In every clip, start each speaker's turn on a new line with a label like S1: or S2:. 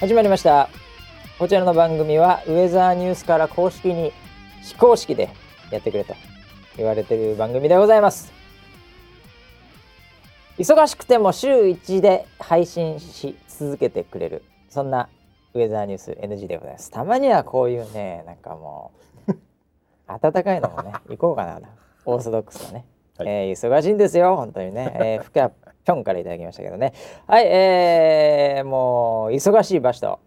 S1: 始まりましたこちらの番組はウェザーニュースから公式に非公式でやってくれと言われてる番組でございます忙しくても週1で配信し続けてくれるそんなウェザーニュース NG でございますたまにはこういうねなんかもう温かいのも ね行こうかなオーソドックスなね、
S2: はい
S1: えー忙しいんですよ本当にね、えー、ふかぴょんからいただきましたけどねはいえー、もう忙しい場所と、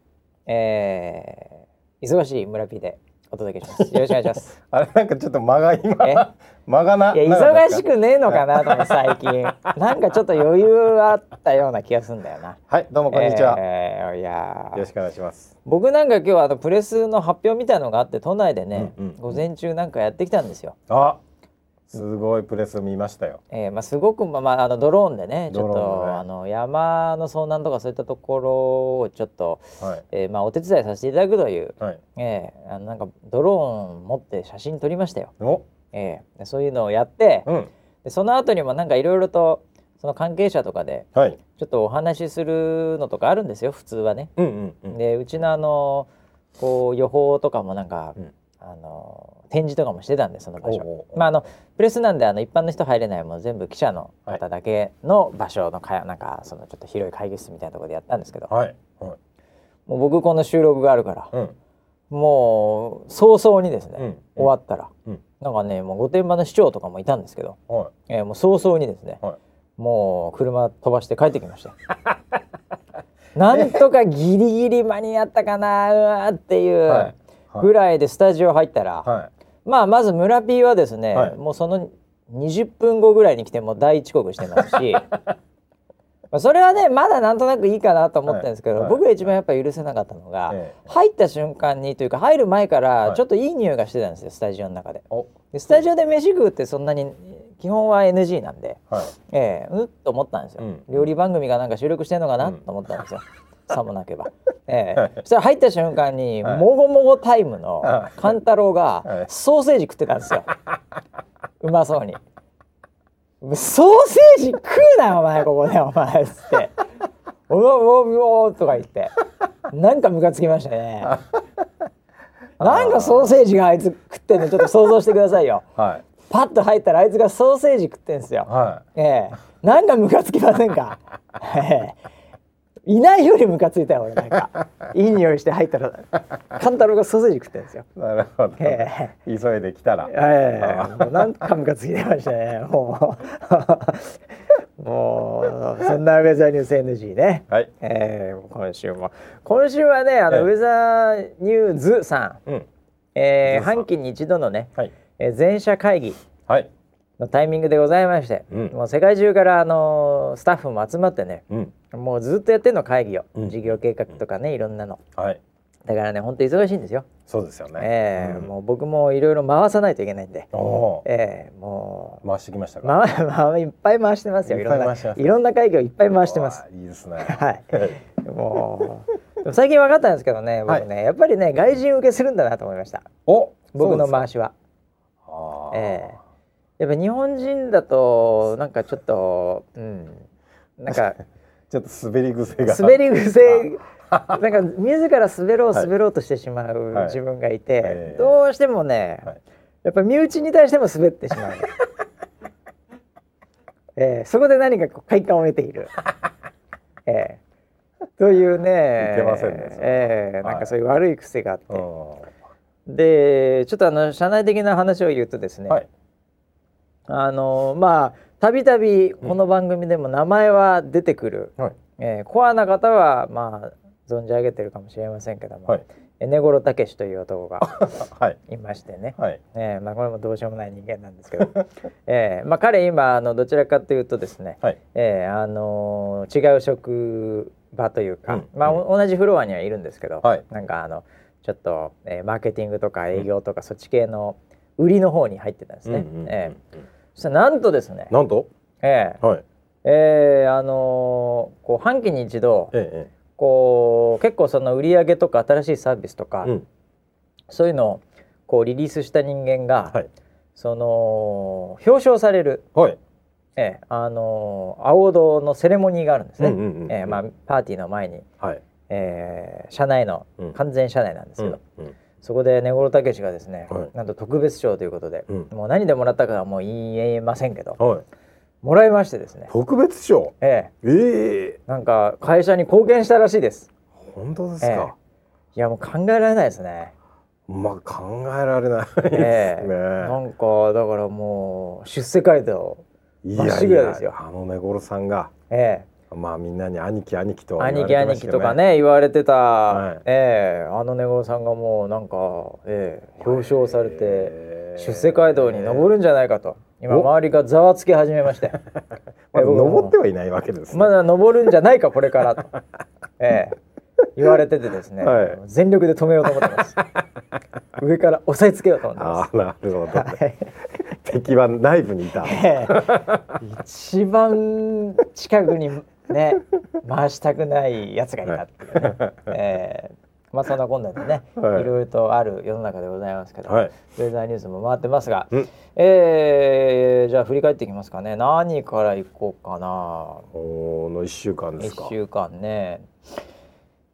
S1: えー、忙しい村 P でお届けしますよろしくお願いし ます
S2: あれなんかちょっと間が
S1: え
S2: 今 間がない
S1: や
S2: なかったで
S1: 忙
S2: す
S1: し
S2: か
S1: くねえのかなと思って最 近なんかちょっと余裕あったような気がするんだよな
S2: はいどうもこんにちは、
S1: えーいやー
S2: よろしくお願いします
S1: 僕なんか今日はあのプレスの発表みたいのがあって都内でね、
S2: うんうんうん
S1: 午前中なんかやってきたんですよ。
S2: あすごいプレス見ましたよ
S1: えーまあ、すごく、まあまあ、あのドローンでねちょっ
S2: ドロー
S1: と
S2: ン、でね
S1: あの山の遭難とかそういったところをちょっと、
S2: はい
S1: えーまあ、お手伝いさせていただくという、
S2: はい
S1: えーあのなんかドローン持って写真撮りましたよ、
S2: お
S1: えーでそういうのをやって
S2: うん
S1: でその後にもなんかいろいろとその関係者とかで
S2: はい
S1: ちょっとお話しするのとかあるんですよ普通はね。
S2: うんうんうん
S1: でうちのあのこう予報とかもなんか、
S2: うん
S1: あの展示とかもしてたんでその場
S2: おう
S1: 所。
S2: おう
S1: まああのプレスなんであの一般の人入れないもう全部記者の方だけの場所のか、なんかそのちょっと広い会議室みたいなところでやったんですけど、
S2: はいはい
S1: もう僕この収録があるから、
S2: うん
S1: もう早々にですね、
S2: うん
S1: 終わったら、
S2: うん
S1: なんかねもう御殿場の市長とかもいたんですけど、
S2: は
S1: えーもう早々にですね、
S2: いはい
S1: もう車飛ばして帰ってき ましたよなんとかギリギリ間に合ったかなうわーっていう
S2: はい
S1: ぐらいでスタジオ入ったら、
S2: は
S1: まあまず村 P はですね、
S2: はい
S1: もうその20分後ぐらいに来てもう大遅刻してます しまあそれはねまだなんとなくいいかなと思ったんですけど、
S2: はいはい
S1: 僕が一番やっぱ許せなかったのが、
S2: ええ
S1: 入った瞬間にというか入る前か
S2: は
S1: ら
S2: い
S1: ちょっといい匂いがしてたんですよスタジオの中で。
S2: お
S1: でスタジオで飯食うってそんなに基本は NG なんで。
S2: はい
S1: ええうっと思ったんですよ、
S2: うん
S1: 料理番組がなんか収録してんのかな、
S2: うん
S1: と思ったんです よさもなけば、ええ
S2: はい
S1: そしたら入った瞬間に、
S2: はい
S1: もごもごタイムの
S2: はい
S1: 勘太郎
S2: は
S1: が
S2: い
S1: ソーセージ食ってたんですよ、 うまそうにソーセージ食うなお前ここでお前っつって「おおおお」とか言ってなんかムカつきましたねなんかソーセージがあいつ食ってんのちょっと想像してくださいよ
S2: はい
S1: パッと入ったらあいつがソーセージ食ってんすよ
S2: は
S1: ええなんかムカつきませんか、ええいないよりムカついたよ俺なんかいい匂いして入ったら勘太郎がソーセージ食ってるんですよ
S2: いなるほど
S1: え
S2: 急いで来たら
S1: ええもうなんかムカついてましたねもうもうそんなウェザーニュース NG ね、
S2: はい
S1: ええ今週も今週はねあの、
S2: ええ
S1: ウェザーニューズさん、
S2: うん
S1: ええ
S2: ズさん
S1: 半期に一度のね、
S2: はい
S1: ええ全社会議
S2: はい
S1: のタイミングでございまして、
S2: うん
S1: もう世界中からあのスタッフも集まってね
S2: うん
S1: もうずっとやってんの会議を、
S2: うん
S1: 事業計画とかねいろんなの
S2: はい
S1: だからね本当忙しいんですよ、
S2: そうですよね
S1: ええ
S2: うん
S1: もう僕もいろいろ回さないといけないんで、
S2: おお
S1: ええもう
S2: 回してきましたか
S1: 回、回いっぱい回してますよい
S2: いっ
S1: ろん
S2: ぱい
S1: な
S2: 回してます
S1: いろんな会議をいっぱい回してます
S2: うわいいですね
S1: はいもうでも最近分かったんですけどね僕ね、やっぱりね外人受けするんだなと思いました
S2: お
S1: 僕の
S2: そうで
S1: 回しは
S2: すかあー
S1: ええやっぱ日本人だとなんかちょっとうんなんか
S2: ちょっと滑り癖が
S1: 滑り癖なんか自ら滑ろう
S2: はい
S1: 滑ろうとしてしまう
S2: はい
S1: 自分がいて、
S2: ええ
S1: どうしてもね、
S2: はい
S1: やっぱ身内に対しても滑ってしまう、 ええそこで何かこう快感を得ている、ええというね
S2: いけませんねそれ
S1: ええ
S2: はい
S1: なんかそういう悪い癖があって、
S2: うん
S1: でちょっとあの社内的な話を言うとですね、
S2: はい
S1: あのまあたびたびこの番組でも名前は出てくる、
S2: はい
S1: えーコアな方はまあ存じ上げてるかもしれませんけども、
S2: はい
S1: え根頃武史という男が
S2: はい
S1: いましてね、
S2: はい
S1: えーまあ、これもどうしようもない人間なんですけ ど、えーまあ、彼今あのどちらかというとですね、
S2: はい
S1: えーあのー違う職場というか、
S2: うん
S1: まあ、お同じフロアにはいるんですけど、
S2: はい
S1: なんかあのちょっと、えーマーケティングとか営業とかそっち系の売りの方に入ってたんですね。
S2: うんうんうん
S1: えーそしたらなんとですね、
S2: なんと
S1: えー
S2: はい
S1: えーあのーこう半期に一度、
S2: え
S1: こう結構その売り上げとか新しいサービスとか、
S2: えうん
S1: そういうのをこうリリースした人間が、
S2: はい
S1: その表彰される、
S2: はい
S1: ええあのー、青堂のセレモニーがあるんですね、
S2: うんうんうんうん
S1: ええまあ、パーティーの前に、
S2: はい
S1: えー社内の
S2: うん
S1: 完全社内なんですけど、
S2: うんうん
S1: そこで根室武がですね、
S2: はい
S1: なんと特別賞ということで、
S2: うん
S1: もう何でもらったかはもう言えませんけど
S2: はい
S1: もらいましてですね、
S2: 特別賞
S1: ええ
S2: ええ
S1: なんか会社に貢献したらしいです
S2: 本当ですか、
S1: いやもう考えられないですね、
S2: まあ考えられない ですね、
S1: ええ なんかだからもう出世街道
S2: い
S1: まっしぐらですよ
S2: あのねごろさんが
S1: ええ
S2: まあみんなに兄貴兄貴とは言
S1: 兄
S2: わ
S1: 貴兄
S2: れてました
S1: 貴
S2: け
S1: と
S2: ど
S1: かね言われてた、
S2: はい
S1: ええあの根頃さんがもうなんか、ええ表彰されて、
S2: ええ
S1: 出世街道に登るんじゃないかと今
S2: お
S1: 周りがざわつき始めまして え
S2: まだ
S1: 僕も
S2: 登ってはいないわけですね、
S1: まだ登るんじゃないかこれから と、ええ言われててですね、
S2: はい
S1: 全力で止めようと思ってます 上から押さえつけようと思ってま
S2: ああなるほど、
S1: す、はい
S2: 敵は内部にいた
S1: ええ一番近くにね回したくないやつがいたっていうね、 ええまあそんなこんなでね、
S2: はい
S1: い、ろいろとある世の中でございますけど、
S2: はい
S1: ウェザーニュースも回ってますが、
S2: うん
S1: えーじゃあ振り返っていきますかね何からいこうかな
S2: この一週間ですか
S1: 1週間ね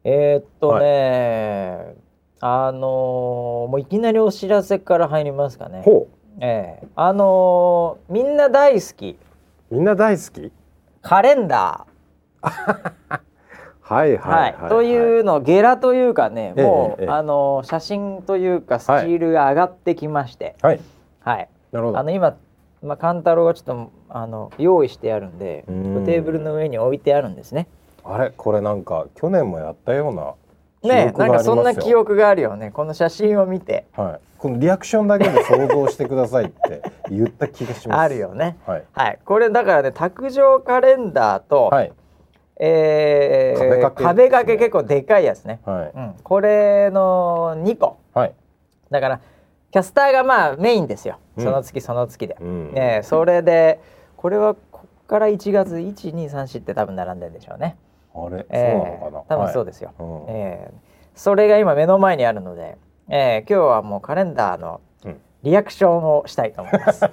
S1: えーっとね、あのーもういきなりお知らせから入りますかね、
S2: ほ
S1: ええあのーみんな大好き
S2: うみんな大好き
S1: カレンダ
S2: はい
S1: ー、は
S2: はいいはい
S1: と
S2: う
S1: いうのゲラというかねもう、
S2: ええええ
S1: あのー写真というかスチールが上がってきまして、
S2: はい
S1: はい、
S2: なるほど
S1: あの今、まあ、勘太郎がちょっとあの用意してあるんで
S2: う
S1: テ
S2: ん
S1: ーブルの上に置いてあるんですね。
S2: あれこれなんか去年もやったような
S1: ね
S2: 記憶が
S1: なん
S2: あります
S1: かそ
S2: よ
S1: んな記憶があるよねこの写真を見て
S2: はいこのリアクションだけで想像してください って言った気がします
S1: あるよね。
S2: はい
S1: はい、これだからね卓上カレンダーと、
S2: はい
S1: えー
S2: 壁掛け
S1: 壁掛け結構でかいやつね、
S2: はい
S1: うん、これの2個
S2: はい
S1: だからキャスターがまあメインですよ
S2: うん
S1: その月その月で、
S2: うん
S1: ねえそれでこれはこっから1月1234って多分並んでるんでしょうね、
S2: あれ、
S1: え
S2: そうなのかな
S1: ー多分そうですよ、
S2: はいうん
S1: えーそれが今目の前にあるので、えー今日はもうカレンダーの
S2: うん
S1: リアクションをしたいと思い ます。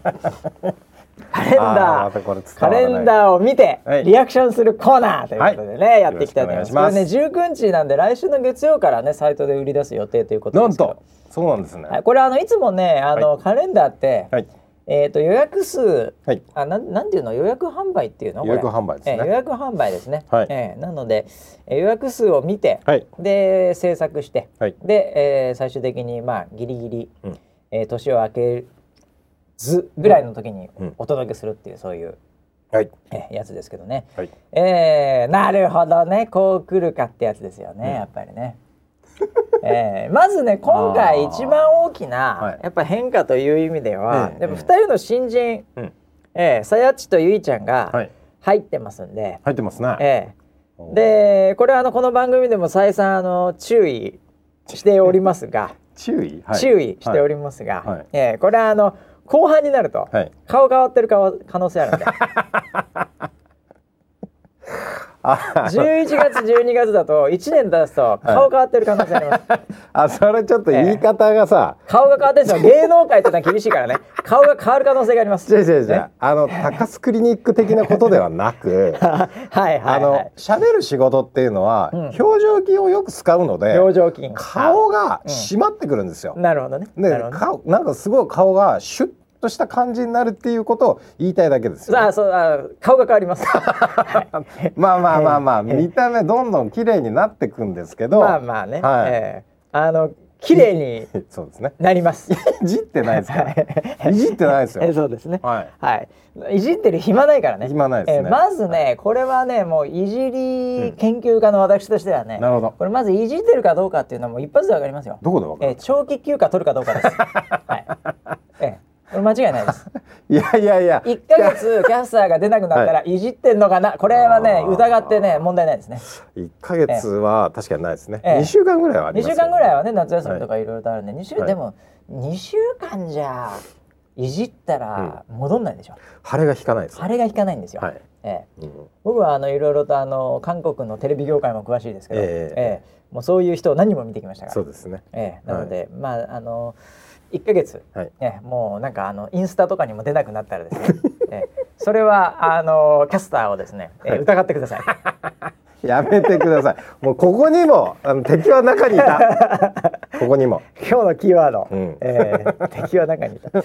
S1: カレン
S2: あーま
S1: ダ
S2: た
S1: ー、
S2: これ伝わ
S1: カ
S2: らない
S1: レンダーを見て
S2: はい
S1: リアクションするコーナーということでね、
S2: はい
S1: やっていきたいと思います。
S2: よろしくお願い
S1: これね19日なんで来週の月曜からねサイトで売り出す予定ということ
S2: な
S1: で
S2: ん
S1: すけど
S2: と、そうなんですね。
S1: はい、これあのいつもねあの、カレンダーって、
S2: はい。
S1: えっ、と予約数
S2: はい。
S1: あなんなんていうの予約販売っていうのこれ
S2: 予約販売ですね
S1: ええ予約販売ですね、
S2: はい
S1: ええなので、え予約数を見て、
S2: はい
S1: で制作して、
S2: はい
S1: で、えー最終的にまあギリギリ、
S2: うん
S1: えー年を明けずぐらいの時に
S2: うん
S1: お届けするっていう、そういう、
S2: はい。
S1: ええやつですけどね、
S2: はい。
S1: えーなるほどねこう来るかってやつですよね、やっぱりね。えーまず ね今回一番大きな、
S2: はい
S1: やっぱ変化という意味では、
S2: ええ
S1: やっぱ2人の新人、
S2: うん。
S1: ええさやっちとゆいちゃん
S2: は
S1: が
S2: い。
S1: 入ってますんで、
S2: 入ってますね。
S1: え
S2: お
S1: えでこれはあのこの番組でも再三あの注意しておりますが、
S2: 注意。はい
S1: 注意しており
S2: ま
S1: ますが、
S2: はい
S1: ええこれはあの後半になると、
S2: はい
S1: 顔 変わってるかわ可能性あるんで
S2: あ、
S1: 11月12月だと1年出すと顔変わってる可能性あります、
S2: あ、それちょっと言い方がさ。
S1: 顔が変わってるんですよ芸能界ってのは厳しいからね顔が変わる可能性があります
S2: 違う違う違
S1: ね
S2: う。あの、高須クリニック的なことでは なく。
S1: はいは
S2: あ
S1: い、は
S2: の
S1: い、、
S2: 喋る仕事っていうのは、
S1: ん
S2: 表情筋をよく使うので。
S1: 表情筋
S2: 顔が締まってくるんですよ。
S1: なるほどね
S2: で
S1: なるほど、ね
S2: 顔、なんかすごい顔がシュッとした感じになるっていうことを言いたいだけですよ。
S1: あ そうあ顔が変わり ます、はい
S2: まあまあまあまあ、見た目どんどん綺麗になってくんですけど。
S1: まあまあね、
S2: はい
S1: ええあの綺麗に
S2: そうですね。
S1: なります。
S2: いじってないですから。いじってないです
S1: え
S2: よ。
S1: そうですね。
S2: はい。
S1: はい。いじってる暇ないからね。
S2: 暇ないですね
S1: えまずね、これはね、もういじり研究家の私としてはね、
S2: んなるほど
S1: これまずいじってるかどうかっていうのはもう一発でわかりますよ。
S2: どこでわか
S1: えー、
S2: る
S1: 長期休暇取るかどう かです。はい。ええ、これ間違いないです。
S2: いやいやいや。
S1: 一ヶ月キャスターが出なくなったらいじってんのかな。これはね
S2: あ、ー
S1: 疑ってね、問題ないですね。
S2: 一ヶ月は確かにないですね。
S1: ええ
S2: 二週間ぐらいはあり
S1: 2
S2: ますよ
S1: 週
S2: ね。
S1: 間ぐらいはね夏休みとかいろいろとあるんで、二週
S2: はい
S1: でも2週間じゃいじったら戻んないでしょ、
S2: 晴れが引かないです。
S1: あれが引かないんですよ、
S2: はい
S1: ええ
S2: うん
S1: 僕はあのいろいろとあの韓国のテレビ業界も詳しいですけど、
S2: ええ
S1: ええもうそういう人を何人も見てきましたか
S2: そ
S1: ら、
S2: うですね。
S1: ええなので、まああの1ヶ月、
S2: はい。
S1: ね、もうなんかあのインスタとかにも出なくなったらですね、ええそれはあのキャスターをですね、ええ
S2: はい
S1: 疑ってください
S2: やめてくださいもうここにもあの敵は中にいた ここにも
S1: 今日のキーワード、
S2: うん
S1: えー 敵は中にいた。は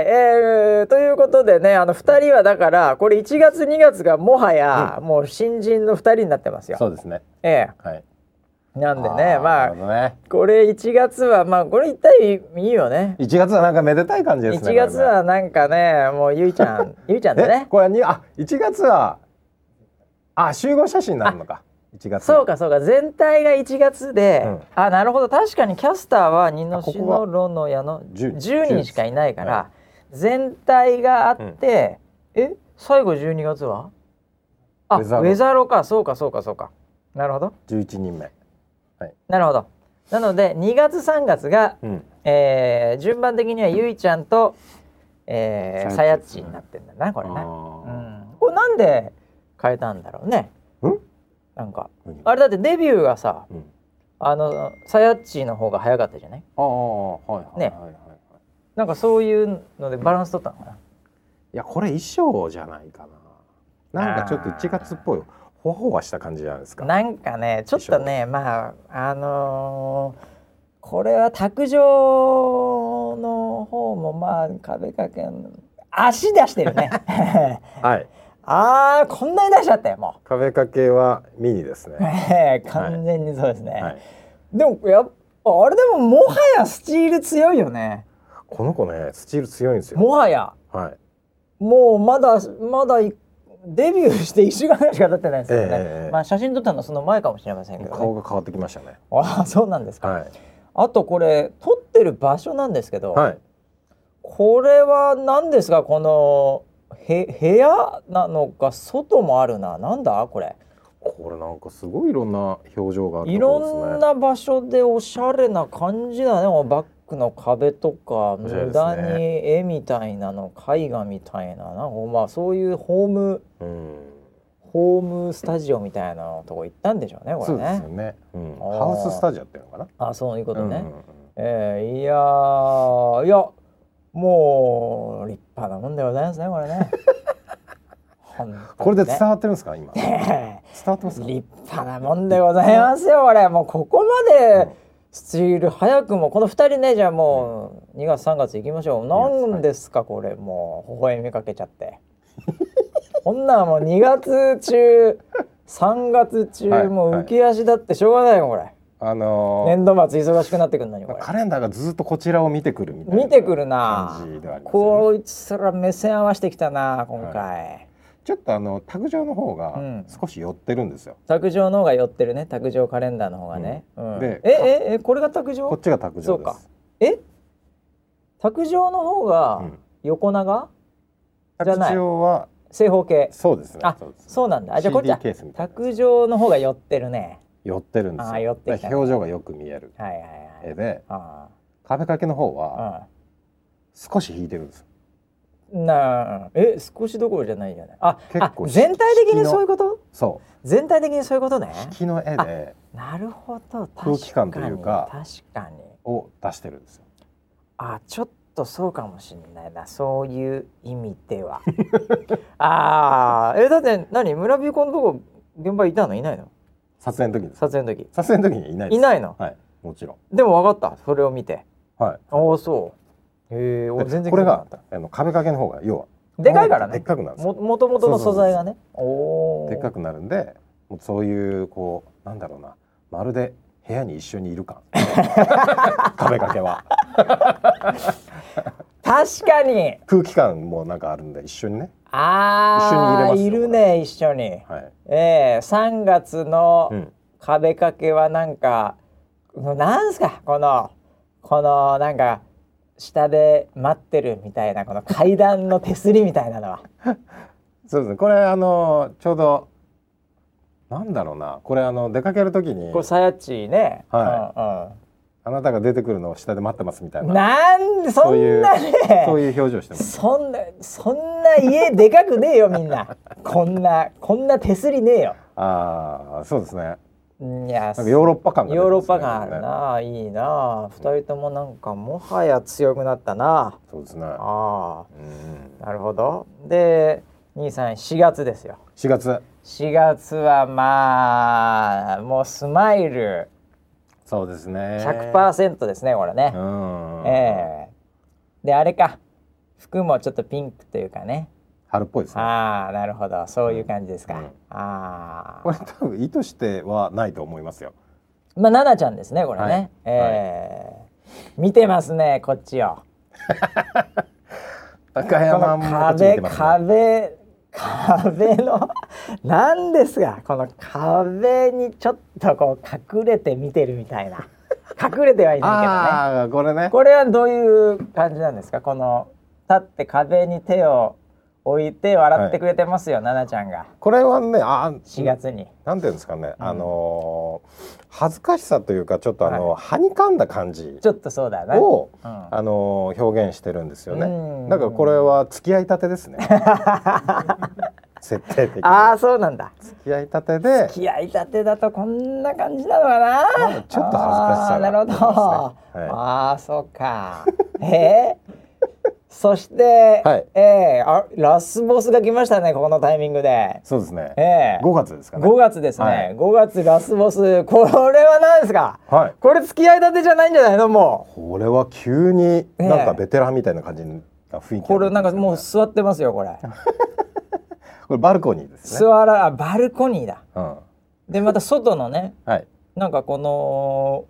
S1: い、えーということでねあの2人はだからこれ1月2月がもはや、もう新人の2人になってますよ。
S2: そうですね
S1: え
S2: はい
S1: えなんでね
S2: ー
S1: まあ
S2: なるほどね
S1: これ1月はまあこれ一体いいよね。
S2: 1月はなんかめでたい感じですね
S1: 1月はなんかねもうゆいち ゃんゆいちゃん
S2: これ
S1: だ
S2: ねえ
S1: ね。
S2: これにあ1月はあ集合写真になるのか1月
S1: そうかそうか全体が1月で、
S2: うん
S1: あなるほど確かにキャスターは二の
S2: あこ
S1: 四
S2: こは
S1: のロの矢の
S2: 10
S1: 10人しかいないから、
S2: は
S1: 全体があって、え最後12月はあウ
S2: ウェザロ
S1: ェザロかそうかそうかそうかなるほど
S2: 11人目
S1: なるほどなので2月3月が、
S2: うん
S1: えー順番的にはゆいちゃんと、えー、さ
S2: さ
S1: や
S2: や
S1: っ
S2: っ
S1: ち
S2: ち
S1: になってんだなこれね、う
S2: あ
S1: ん、これなんで変えたんだろうね
S2: ーん
S1: なんか
S2: 何
S1: あれだってデビューがさ
S2: うん
S1: あのサヤッチーの方が早かったじゃない
S2: ああはいはい
S1: ね
S2: はいはいはい
S1: なんかそういうのでバランス取ったのかない
S2: やこれ衣装じゃないかななんかちょっと1月っぽいほわほわした感じじゃないですか
S1: なんかねちょっとねまああのーこれは卓上の方もまあ壁掛けの足出してる ね
S2: はい
S1: あーこんなに出しちゃったよも
S2: 壁掛けはミニです
S1: う
S2: ね
S1: 完全にそうですね、
S2: はい
S1: でもやっぱあれでももはやスチール強いよね
S2: この子ねスチール強いんですよ
S1: もはや
S2: はい
S1: もうまだまだいデビューして1週間ぐらいしか経ってないですよね、
S2: ええ
S1: まあ写真撮ったのはその前かもしれませんけど、
S2: 顔
S1: ね、
S2: が変わってきましたね
S1: ああそうなんですか、
S2: はい
S1: あとこれ撮ってる場所なんですけど、
S2: はい
S1: これは何ですかこのへ部屋なのか外もあるななんだこれ
S2: これなんかすごいいろんな表情がある
S1: い
S2: ところですね
S1: ろんな場所でおしゃれな感じだねこのバックの壁とか
S2: おしゃれ
S1: 無
S2: ですね
S1: 駄に絵みたいなの絵画みたいななんかまあそういうホーム
S2: うん
S1: ホームスタジオみたいなとこ行ったんでしょうねこ
S2: そ
S1: れ
S2: うですよ
S1: ね。
S2: ね、うん、
S1: あー
S2: ハウススタジオっていうのかな
S1: あそういうことね。
S2: うんうんうん
S1: えーいやーいやもう立派なもんでございますねこれ ね。本当にね
S2: これで伝わってるんですか今伝わってますか
S1: 立派なもんでございますよこれもうここまでスチール早くもこの2人ねじゃあもう2月3月行きましょう何ですかこれもう微笑みかけちゃって こんなんもう2月中3月
S2: は
S1: 中
S2: い
S1: もう浮き足だってしょうがないよこれ
S2: あのー
S1: 年度末忙しくなってくんのにこれ
S2: カレンダーがずっとこちらを見てくるみたいな
S1: 見てくるな
S2: 感じではありますよね
S1: こいつら目線合わせてきたな今回
S2: ちょっとあの卓上の方
S1: う
S2: が
S1: ん
S2: 少し寄ってるんですよ。
S1: 卓上の方が寄ってるね卓上カレンダーの方がね
S2: うん
S1: うんえ
S2: で
S1: ええこれが卓上
S2: こっちが卓
S1: そう
S2: 上で
S1: か
S2: す。
S1: え卓上の方が
S2: うん
S1: 横長、じゃない
S2: 卓上は
S1: 正方形
S2: そうですね。
S1: あ
S2: そうです
S1: そうなんだあじゃあこっち
S2: CD
S1: は
S2: ケースみたいな。
S1: 卓上の方が寄ってるね
S2: 寄ってるんです
S1: あー寄っ
S2: よ。
S1: てきた
S2: だから表情がよく見える
S1: はいはいは
S2: 絵
S1: い
S2: で
S1: あ
S2: 壁掛けの方
S1: あ
S2: は
S1: あ
S2: 少し引いてるんです。
S1: なあえ少しどころじゃないじゃないあ
S2: 結
S1: あ
S2: 構
S1: 全体的
S2: 引き
S1: に
S2: の
S1: そういうこと
S2: そ
S1: 全体的にそういうことね
S2: う。引きの絵で
S1: なるほど
S2: 空気感というか
S1: 確かに確かに
S2: を出してるんですよ。
S1: あちょっとそうかもしれないなそういう意味で はああえだって何村人のとこ現場いたのいないの
S2: 撮影の時です。
S1: 撮影の時
S2: 撮影の時にはいないで
S1: い
S2: す。
S1: ないの
S2: はい。もちろん。
S1: でも分かったそれを見て
S2: はい。
S1: ああそうへえ
S2: で
S1: 俺全然
S2: これ
S1: 気づかな
S2: が
S1: かっ
S2: あの壁掛けの方が要は
S1: たでかいから
S2: でっ
S1: ね
S2: かくなるんです
S1: も
S2: よ。
S1: もともとの素材がねおお
S2: でっかくなるんでもうそういうこうなんだろうなまるで部屋に一緒にい る感壁掛けは
S1: 確かに
S2: 空気感もなんかあるんで一緒にね
S1: ああ
S2: 一緒に入れますよ
S1: るね一緒に、
S2: はい、
S1: ええ3月の、
S2: うん、
S1: 壁掛けはなんかなんすかこのこのなんか下で待ってるみたいなこの階段の手すりみたいなのは
S2: そうですねこれあのちょうどなんだろうなこれあの出かける時に
S1: これさやっちーね、
S2: はあなたが出てくるのを下で待ってますみた
S1: う
S2: い
S1: んうん、
S2: な
S1: なんでそ
S2: そうい
S1: ん
S2: う
S1: なね
S2: そういう表情してます
S1: そんなそんな家でかくねえよみんなこんなこんな手すりねえよ
S2: ああそうですね
S1: いや
S2: なんかヨーロッパ感が出
S1: ヨー
S2: て
S1: ロ
S2: ま
S1: ッ
S2: すね
S1: パ感あるな、いいな二人ともなんかもはや強くなったな
S2: そうですね
S1: ああ
S2: うん
S1: なるほど。で234月ですよ
S2: 4月
S1: 4月はまあもうスマイル
S2: そうですね
S1: 100%ですねこれね、
S2: うん、
S1: ええであれか服もちょっとピンクというかね
S2: 春っぽいですね
S1: ああなるほどそういう感じですか、
S2: うん
S1: あ
S2: こ
S1: あ
S2: れ多分意図してはないと思いますよ
S1: まあ奈々ちゃんですねこれね、
S2: はい
S1: ええ見てますねこっちを
S2: 高
S1: こ
S2: 山
S1: の
S2: もこっち見
S1: 壁
S2: てますね
S1: 壁壁の なんですがこの壁にちょっとこう隠れて見てるみたいな 隠れてはいない
S2: ああこれ
S1: けどね
S2: ね
S1: これはどういう感じなんですかこの立って壁に手を置いて笑ってくれてますよ、奈々ちゃんが
S2: これはねあー
S1: 4月に、
S2: なんていうんですかね、
S1: うん
S2: あのー恥ずかしさというかちょっとあの、はにかんだ感じ
S1: ちょっとそうだな
S2: を、
S1: うん
S2: あのー表現してるんですよね
S1: うん
S2: だからこれは付き合いたてです ね設定的に
S1: ああそうなんだ
S2: 付き合いたてで
S1: 気合い立てだとこんな感じなのかな、
S2: まあちょっと恥ずかし
S1: あー
S2: さが
S1: なるほど、
S2: ありますねはい
S1: ああそうかえー、そして、
S2: はい
S1: えー、あラスボスが来ましたねここのタイミングで
S2: そうですね、
S1: えー、
S2: 5月ですかね
S1: 5月ですね、
S2: はい
S1: 5月ラスボスこれは何ですか
S2: はい
S1: これ付き合い立てじゃないんじゃないのもう
S2: これは急に
S1: え
S2: なんかベテランみたいな感じな雰囲気
S1: これなんかもう
S2: こ
S1: 座ってますよこれ
S2: れバルコニーですね、
S1: 座らあバルコニーだ
S2: うん、
S1: でまた外のね
S2: はい
S1: なんかこの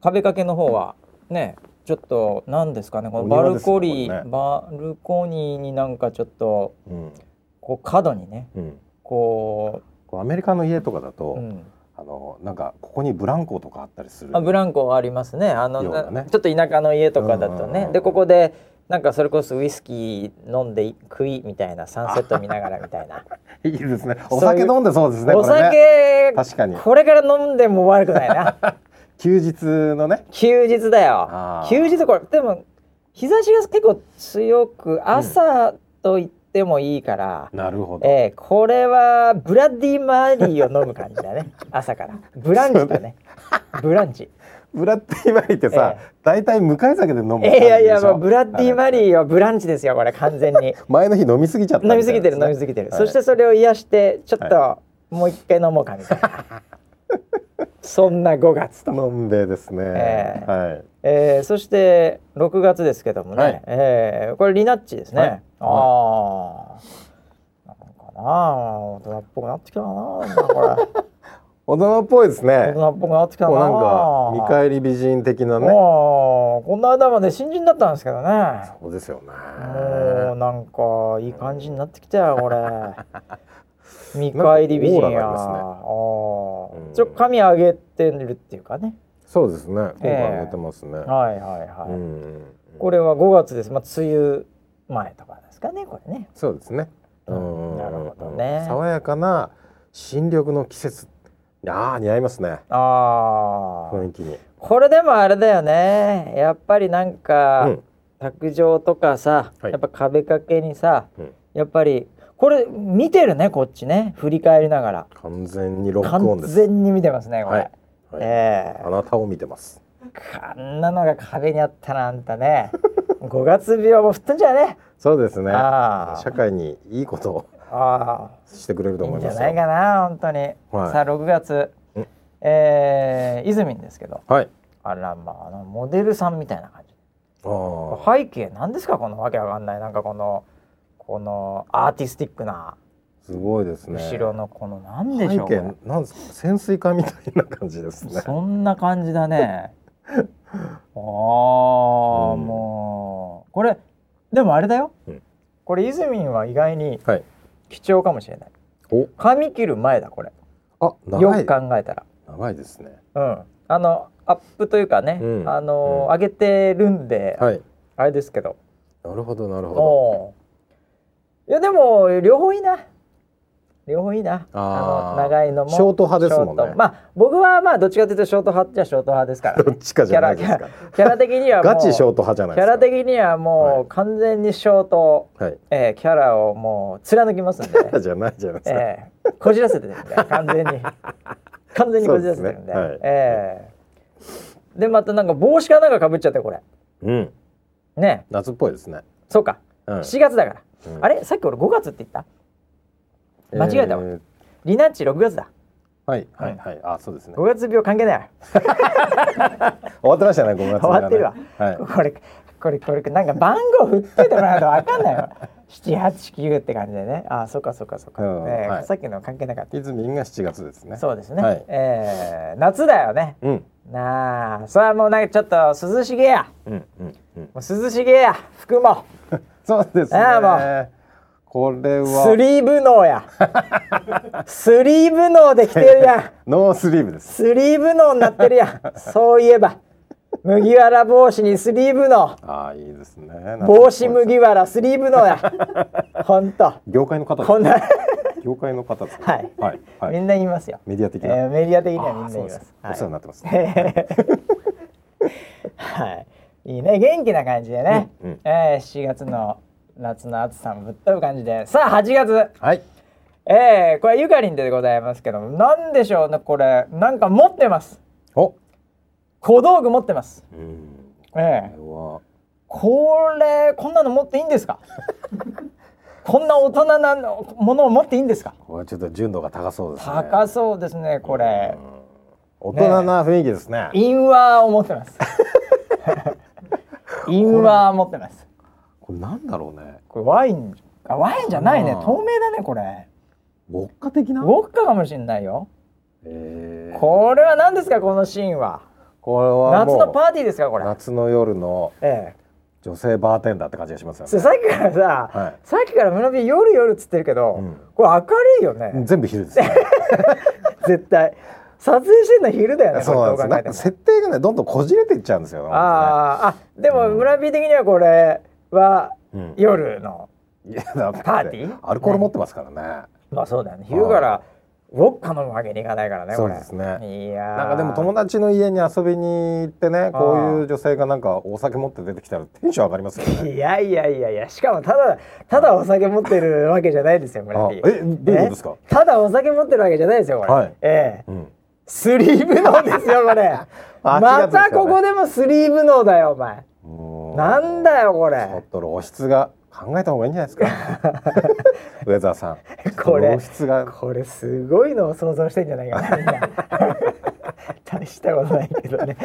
S1: 壁掛けの方はねちょっと何ですかねこのバルコリー、バルコニーになんかちょっと
S2: うん
S1: こう角にね
S2: うん
S1: こ
S2: こうアメリカの家とかだ
S1: う、
S2: と、
S1: うん、
S2: あのなんかここにブランコとかあったりする
S1: あブランコはありますねあの
S2: ようなね
S1: ちょっと田舎の家とかだと
S2: うんうんうん
S1: ね
S2: うん
S1: でここでなんかそれこそウイスキー飲んで食いみたいなサンセット見ながらみたいな
S2: いいですね。
S1: そうい
S2: お
S1: う
S2: 酒飲んでそうですね。
S1: お
S2: これ
S1: 酒
S2: ね確かに
S1: これから飲んでも悪くないな
S2: 休日のね。
S1: 休日だよ
S2: あー
S1: 休日これでも日差しが結構強く朝と言ってもいいから、
S2: なるほど。
S1: えーこれはブラッディマリーを飲む感じだ ね朝からブランチだねブランチ
S2: ブラッディマリーってさ、
S1: え大
S2: 大体向かい酒で飲む感
S1: い
S2: じでしょ。
S1: やいやもうブラッディマ
S2: ー。
S1: リーはブランチですよこれ完全 に
S2: 前の日飲みすぎちゃった
S1: 飲みすぎてる飲みすぎてる、そしてそれを癒してちょっと、もう一回飲もうかみたいな そんな5月
S2: 飲んでです
S1: え
S2: ね。
S1: え
S2: はい。
S1: えーそして6月ですけどもね、
S2: はい
S1: えーこれリナッチですね、
S2: はい
S1: ああなんかなあ大人っぽくなってきたかななんかこ れ
S2: 大人っぽいです
S1: 大
S2: ね。
S1: 人っぽくなってきたな
S2: こうなんか見返り美人的な
S1: り
S2: ね。
S1: こんな間まで新人だったんですけどね
S2: そうですよね。
S1: もうなんかいい感じになってきたよ これ見返り美人や
S2: なんかオーラがありますね
S1: あー
S2: うん
S1: ちょっと髪上げてるっていうかね
S2: そうですね。効果
S1: ええ
S2: 上げてますね。
S1: はいはいはい、
S2: うん。
S1: これは5月です。まあ梅雨前とかですかね、これね。
S2: そうですね。うん
S1: なるほどね
S2: 爽やかな新緑の季節。ああ似合いますね。
S1: ああ、
S2: 雰囲気に。
S1: これでもあれだよね。やっぱりなんか、
S2: うん
S1: 卓上とかさ、
S2: はい
S1: やっぱ壁掛けにさ、
S2: うん
S1: やっぱりこれ見てるね、こっちね。振り返りながら。
S2: 完全にロックオ
S1: 完
S2: ンです。
S1: 全に見てますね、これ。
S2: はい。はい
S1: ええ
S2: あなたを見てます。
S1: こんなのが壁にあったらあんたね。5月病も吹っ飛んじゃうね。
S2: そうですね。
S1: あー
S2: 社会にいいことを
S1: ああ。
S2: してくれると
S1: いい
S2: 思
S1: ん
S2: い
S1: じ
S2: ま
S1: ゃ
S2: す
S1: ないかな本当に、
S2: はい
S1: さあ6月
S2: うん
S1: えー、イズミンですけど
S2: はい。
S1: あらまああのモデルさんみたいな感じ
S2: ああ。
S1: 背景なんですかこのわけわかんないなんかこのこのアーティスティックな
S2: すごいですね。
S1: 後ろのこのなん
S2: 背
S1: でしょう、
S2: 景なんですか。潜水艦みたいな感じです
S1: こ
S2: ね
S1: れ。そんな感じだ ねああ、
S2: うん
S1: もうこれでもあれだよ、
S2: うん
S1: これイズミンは意外に
S2: はい。
S1: 貴重かもしれない
S2: お、
S1: 髪切る前だこれ
S2: あ、
S1: よ
S2: 長
S1: く
S2: い。
S1: 考えたら
S2: 長いですね。
S1: うん、あのアップというかね、
S2: うん
S1: あの、
S2: うん
S1: 上げてるんで、
S2: はい。
S1: あれですけど。
S2: なるほどなるほど。
S1: おーいやでも両方いいな。両方いいな。
S2: あー
S1: の長いのも
S2: ショート派ですもんね
S1: ショートまあ僕はまあどっちかというとショート派じゃショート派です から。
S2: どっちかじゃないですか。
S1: キャラ的にはもう
S2: ガチショート派じゃない
S1: キャラ
S2: で
S1: 的にはも
S2: は
S1: う
S2: い
S1: 完全にショート、
S2: すか。はい。
S1: えーキャラをもう貫きますんで、
S2: じゃないじゃないですか。
S1: えーこじらせてるんで完全 に完全にこじらせてるんで
S2: そうですねはい
S1: えーでまたなんか帽子かなんかかぶっちゃってこれ
S2: うん。
S1: ね
S2: 夏っぽいですね。
S1: そうか、
S2: うん。
S1: 4月だから
S2: うん
S1: あれさっき俺5月って言った間違えたわ
S2: ー
S1: リナッチ6月だ
S2: はいはいはいあそうですね
S1: 5月病関係ないわ
S2: 終わってましたね5月
S1: 終わってるわ
S2: はい
S1: これこれこれなんか番号振っといてもらうと分か んないわ789って感じでねあそっかそっかそっか、
S2: うん
S1: えー
S2: はい
S1: さっきの関係なかった
S2: イズミンが7月ですね
S1: そうですね、
S2: はい
S1: えー夏だよね
S2: うん
S1: なあさあもうなんかちょっと涼しげや
S2: うんうんうん
S1: も う涼しげや服も
S2: そうですね
S1: ああも
S2: これ
S1: ス
S2: は
S1: リーブ能やスリーブ能できてるやん
S2: ノースリーブです
S1: スリーブ能になってるやんそういえば麦わら帽子にスリーブ能
S2: ああいいですね
S1: 帽子麦わらスリーブ能やほんと
S2: 業界の方です
S1: こんな
S2: 業界の方ですね
S1: はい
S2: はいは
S1: み
S2: い
S1: んな言いますよ、
S2: メディア的
S1: え
S2: な
S1: ーメディア的にはみんな
S2: ああ
S1: 言い
S2: そ
S1: うま
S2: ですすお世話になってますね
S1: はい、いいね元気な感じでね、
S2: うんうん
S1: えー7月の夏の暑さもぶっ飛ぶ感じでさあ8月
S2: はい
S1: えー、これゆかりんでございますけどもなんでしょうねこれなんか持ってます
S2: お
S1: 小道具持ってます
S2: うん
S1: え
S2: こ
S1: え
S2: れは
S1: これこんなの持っていいん ですかこんな大人なのものを持っていいんですか
S2: これはちょっと純度が高そうですね
S1: 高そうですねこれ
S2: 大人な雰囲気ですね
S1: インワーを持ってます インワー持ってます
S2: これなんだろうね
S1: これワインあワインじゃないね
S2: あー
S1: 透明だねこれ
S2: ウォッカ的
S1: ウ
S2: な
S1: ォッカかもしんないよ
S2: えー
S1: これは何ですかこのシーンは
S2: これは
S1: 夏
S2: もう
S1: のパーティーですかこれ
S2: 夏の夜の
S1: ええ
S2: 女性バーテンダーって感じがしますよ
S1: それさっ
S2: ね
S1: きからさ、
S2: はい
S1: さっきから村人夜夜っつってるけど、
S2: うん
S1: これ明るいよね、
S2: 全部 昼ですね
S1: 絶対撮影してんの昼だよね
S2: そうなんですよ
S1: これどう
S2: なんか
S1: 考えても
S2: 設定がねどんどんこじれていっちゃうんですよなんか
S1: あーあでも村人的にはこれは
S2: うん
S1: 夜の、
S2: ねいやだって
S1: パーティー
S2: アルコール持ってますからね
S1: まあそうだよね昼からウォッカ飲むわけにいかないからねこ
S2: そう
S1: れ
S2: ですね
S1: いやー
S2: なんかでも友達の家に遊びに行ってねこういう女性がなんかお酒持って出てきたらテンション上がりますよね
S1: いやいやいやいやしかもただただお酒持ってるわけじゃないですよ村人
S2: あえどういうことですか
S1: ねただお酒持ってるわけじゃないですよこれ、
S2: はい
S1: ええ
S2: うん
S1: スリーブ能です よこれまたここでもスリーブ能だよお前
S2: もう
S1: なんだよこ
S2: ちょっ
S1: れ
S2: と露出が考えた方がいいんじゃないですか ウェザーさん
S1: これ
S2: 露出が
S1: これすごいのを想像してんじゃないか なみんな大したことないけ どね、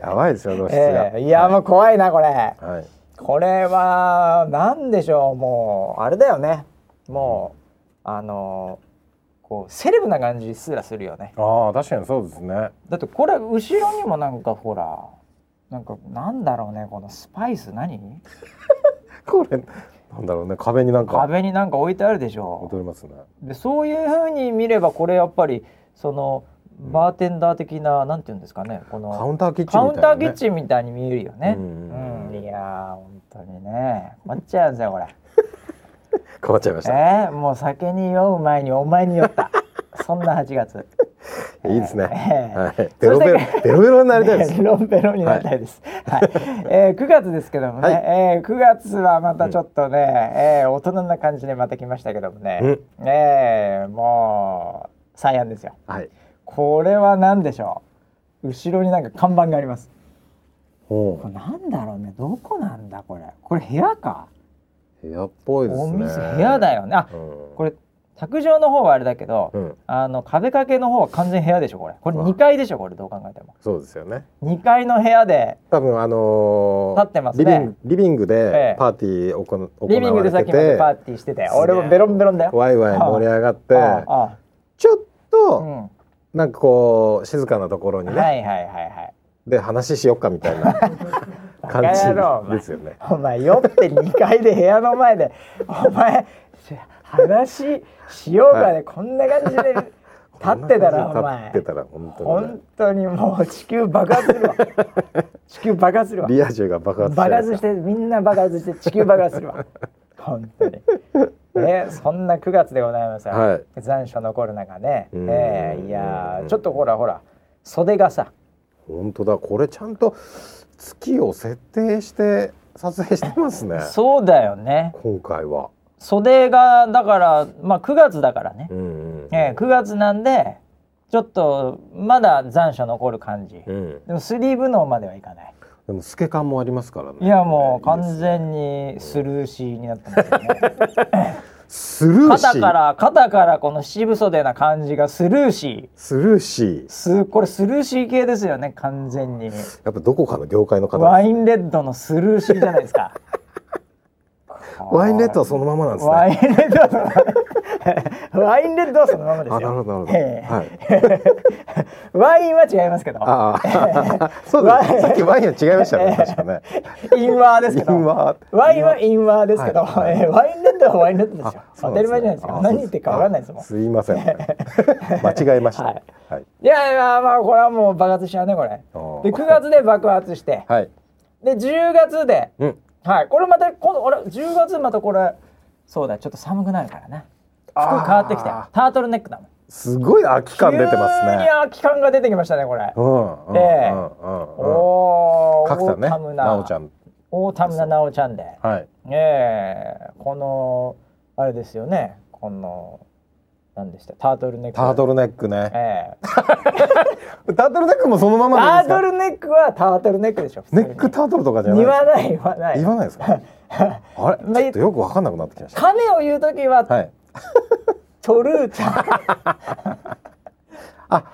S2: やばいですよ露出が、
S1: ええいやもう怖いなこれ
S2: はい
S1: これは何でしょうもうあれだよねもうあのこうセレブな感じすらするよね
S2: ああ確かにそうですね
S1: だってこれ後ろにもなんかほらなんかなんだろうねこのスパイス何
S2: これなんだろうね壁になんか
S1: 壁になんか置いてあるでしょ
S2: 踊りますね
S1: でそういうふうに見ればこれやっぱりその
S2: うん
S1: バーテンダー的な、なんていうんですかねこ
S2: カ
S1: の
S2: ウンターキッチ
S1: カ
S2: ン
S1: ウ
S2: み
S1: ン
S2: た
S1: ター
S2: いな、ね、
S1: キッチンみたいに見えるよね、
S2: う
S1: うんんいやー本当にね困っちゃうんですよこれ
S2: 変わっちゃいました、
S1: えー、もう酒に酔う前にお前に酔 ったそんな8月
S2: いいですね、
S1: ええ
S2: はい、ベロベロ
S1: そして
S2: ベロベロになりたいです
S1: ペロンペロンになりたいです。はい、えー、9月ですけどもね、
S2: はい
S1: えー、9月はまたちょっとね、えー大人な感じでまた来ましたけどもね、えー、もう最安ですよ。
S2: はい
S1: これは何でしょう後ろになんか看板があります。
S2: お
S1: これなんだろうねどこなんだこれこれ部屋か、
S2: 部屋っぽいですね
S1: お店部屋だ
S2: よ、
S1: よねあ
S2: うん、
S1: これ卓上の方はあれだけど、
S2: うん
S1: あの壁掛けの方は完全部屋でしょこれこれ
S2: うん
S1: 2階でしょこれどう考えても
S2: そうですよね
S1: 2階の部屋で
S2: 多分あのー
S1: 立ってますね
S2: リビングリビングで
S1: ええ
S2: パーティーをこの行われてて
S1: リビングでさっきまでパーティーしてて
S2: すげえ
S1: 俺もベロンベロンだよ
S2: ワイワイ盛り上がって
S1: あああ
S2: ちょっ
S1: あ
S2: と
S1: うん
S2: なんかこう静かなところにね、
S1: はいはいはいはい
S2: で話しよっかみたい な感
S1: バカ野郎お
S2: じ
S1: 前
S2: ですよね。
S1: お前酔って2階で部屋の前でお前話しようかね、こんな感じで立ってたら
S2: こ
S1: お
S2: んな感
S1: 前
S2: じで立ってたら本当にね、
S1: 本当にもう地球爆発す るわ地球爆発するわ
S2: リア充が爆発しちゃう
S1: 爆発してみんな爆発して地球爆発するわ本当にねそんな9月でございますよ、
S2: はい
S1: 残暑残る中ね、
S2: うん
S1: ええいやーちょっとほらほら袖がさ
S2: 本当だこれちゃんと月を設定して撮影してます ね
S1: そうだよね
S2: 今回は。
S1: 袖がだからまあ9月だからね
S2: う、んうん
S1: ええ9月なんでちょっとまだ残暑残る感じ、
S2: うん
S1: でもスリーブ能まではいかない
S2: でも透け感もありますからね
S1: いやもう
S2: これいいで
S1: 完全にスルーシーになってますよね
S2: すスルーシ
S1: 肩か
S2: ー
S1: ら肩からこの七分袖な感じがスルーシー
S2: スルーシー
S1: すこれスルーシー系ですよね完全に
S2: やっぱどこかの業界の方
S1: ワインレッドのスルーシーじゃないです か
S2: ワインレッドはそのままなんです
S1: ワ
S2: ね
S1: インレッドはそのワインレッドはそのままです
S2: あなるほ
S1: よ
S2: どなるほど、
S1: ええ
S2: はい
S1: ワインは違いますけど
S2: ああ そうですねさっきワインは違いましたね確かね
S1: インワーですけど
S2: インワー
S1: ワインはインワーですけど、
S2: はい
S1: えーワインレッドはワインレッドですよ
S2: あそう
S1: 当たり
S2: なんです
S1: 前
S2: ね
S1: じゃないですか
S2: あ
S1: 何言ってるか分かんないですもん
S2: すいません 間違えました
S1: はい
S2: はい
S1: いやいやまあこれはもう爆発しちゃうねこれ
S2: おー
S1: で9月で爆発して
S2: はい
S1: で10月で
S2: うん
S1: はいこれまた今度あれ10月またこれそうだちょっと寒くなるからな
S2: あー
S1: 服変わってきてタートルネックだもん
S2: すごい空き感出てます
S1: 急
S2: ね
S1: に秋感が出てきましたねこれ
S2: うんうんうんうん
S1: え
S2: うん
S1: おお
S2: 角田ねなおちゃん
S1: オータムななおちゃんで
S2: はい
S1: ええこのあれですよねこの何でしたタートルネック
S2: タートルネックね
S1: ええ
S2: タートルネックもそのまま
S1: ター
S2: なんです
S1: ト
S2: か
S1: ルネックはタートルネックでしょ普通
S2: ネ
S1: に
S2: ックタートルとかじゃない
S1: 言
S2: です
S1: わ
S2: か
S1: ない言わない
S2: 言わないですか あれちょっとよくわかんなくなってきました
S1: 亀を言う時は、
S2: はい
S1: トルーちゃん
S2: あ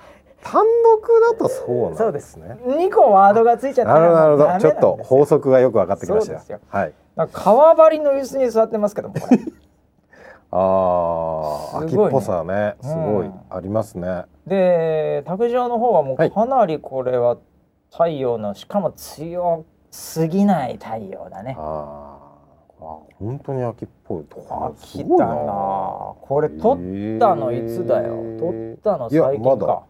S2: 単独だとそう
S1: そ
S2: な
S1: うんで
S2: ですすね
S1: 2個ワードがついちゃった
S2: なるほどなるほどちょっと法
S1: 送
S2: 則がよく分かってきましたよ
S1: そうですよ
S2: はい
S1: 川張りの椅子に座ってますけどもこれ
S2: ああ、
S1: す
S2: 秋っ
S1: ごいね
S2: ぽさねすごい
S1: うん
S2: ありますね
S1: で卓上の方はも
S2: は
S1: う
S2: い
S1: かなりこれは太陽のしかも強すぎない太陽だね
S2: あーあ本当に秋っぽいとこ
S1: 秋だなこれ撮
S2: へ
S1: った
S2: ー
S1: のいつだよ撮ったの最
S2: いやま
S1: 近
S2: だ
S1: か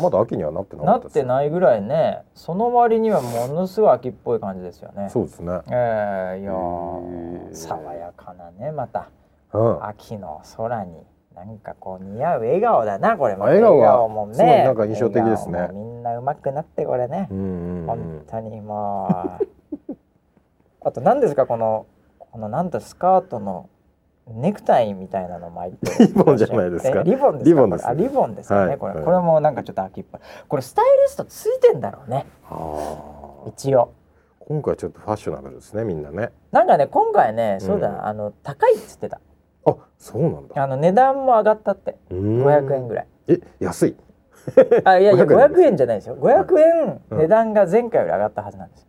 S2: まだ秋にはなってな
S1: な
S2: かっ
S1: ったてないぐらいねその割にはものすごい秋っぽい感じですよね
S2: そうですね
S1: えー、いや
S2: へ
S1: ー
S2: ー
S1: 爽やかなねまた
S2: うん
S1: 秋の空になんかこう似合う笑顔だなこれも
S2: 笑顔は
S1: もね
S2: すごいなんか印象的ですね
S1: 笑顔もみんな上手くなってこれね
S2: う、んうんうん
S1: 本当にもうあと何ですかこのこのなんだスカートのネクタイみたいなの巻いて
S2: リボンじゃないですか
S1: えリボンですか
S2: リボンで
S1: こ
S2: す
S1: れあリボンですかね、
S2: はい
S1: これ
S2: はい
S1: これもなんかちょっと秋っぽいこれスタイリストついてんだろうね
S2: あー
S1: 一応
S2: 今回ちょっとファッショナブルですねみんなね
S1: なんかね今回ねそうだ、
S2: うん
S1: あの高いっつってた
S2: あそうなんだ
S1: あの値段も上がったって
S2: 500
S1: 500円ぐらい
S2: え安い
S1: あいやいや
S2: 500
S1: 500円じゃないですよ500円
S2: うん
S1: 値段が前回より上がったはずなんですよ、そ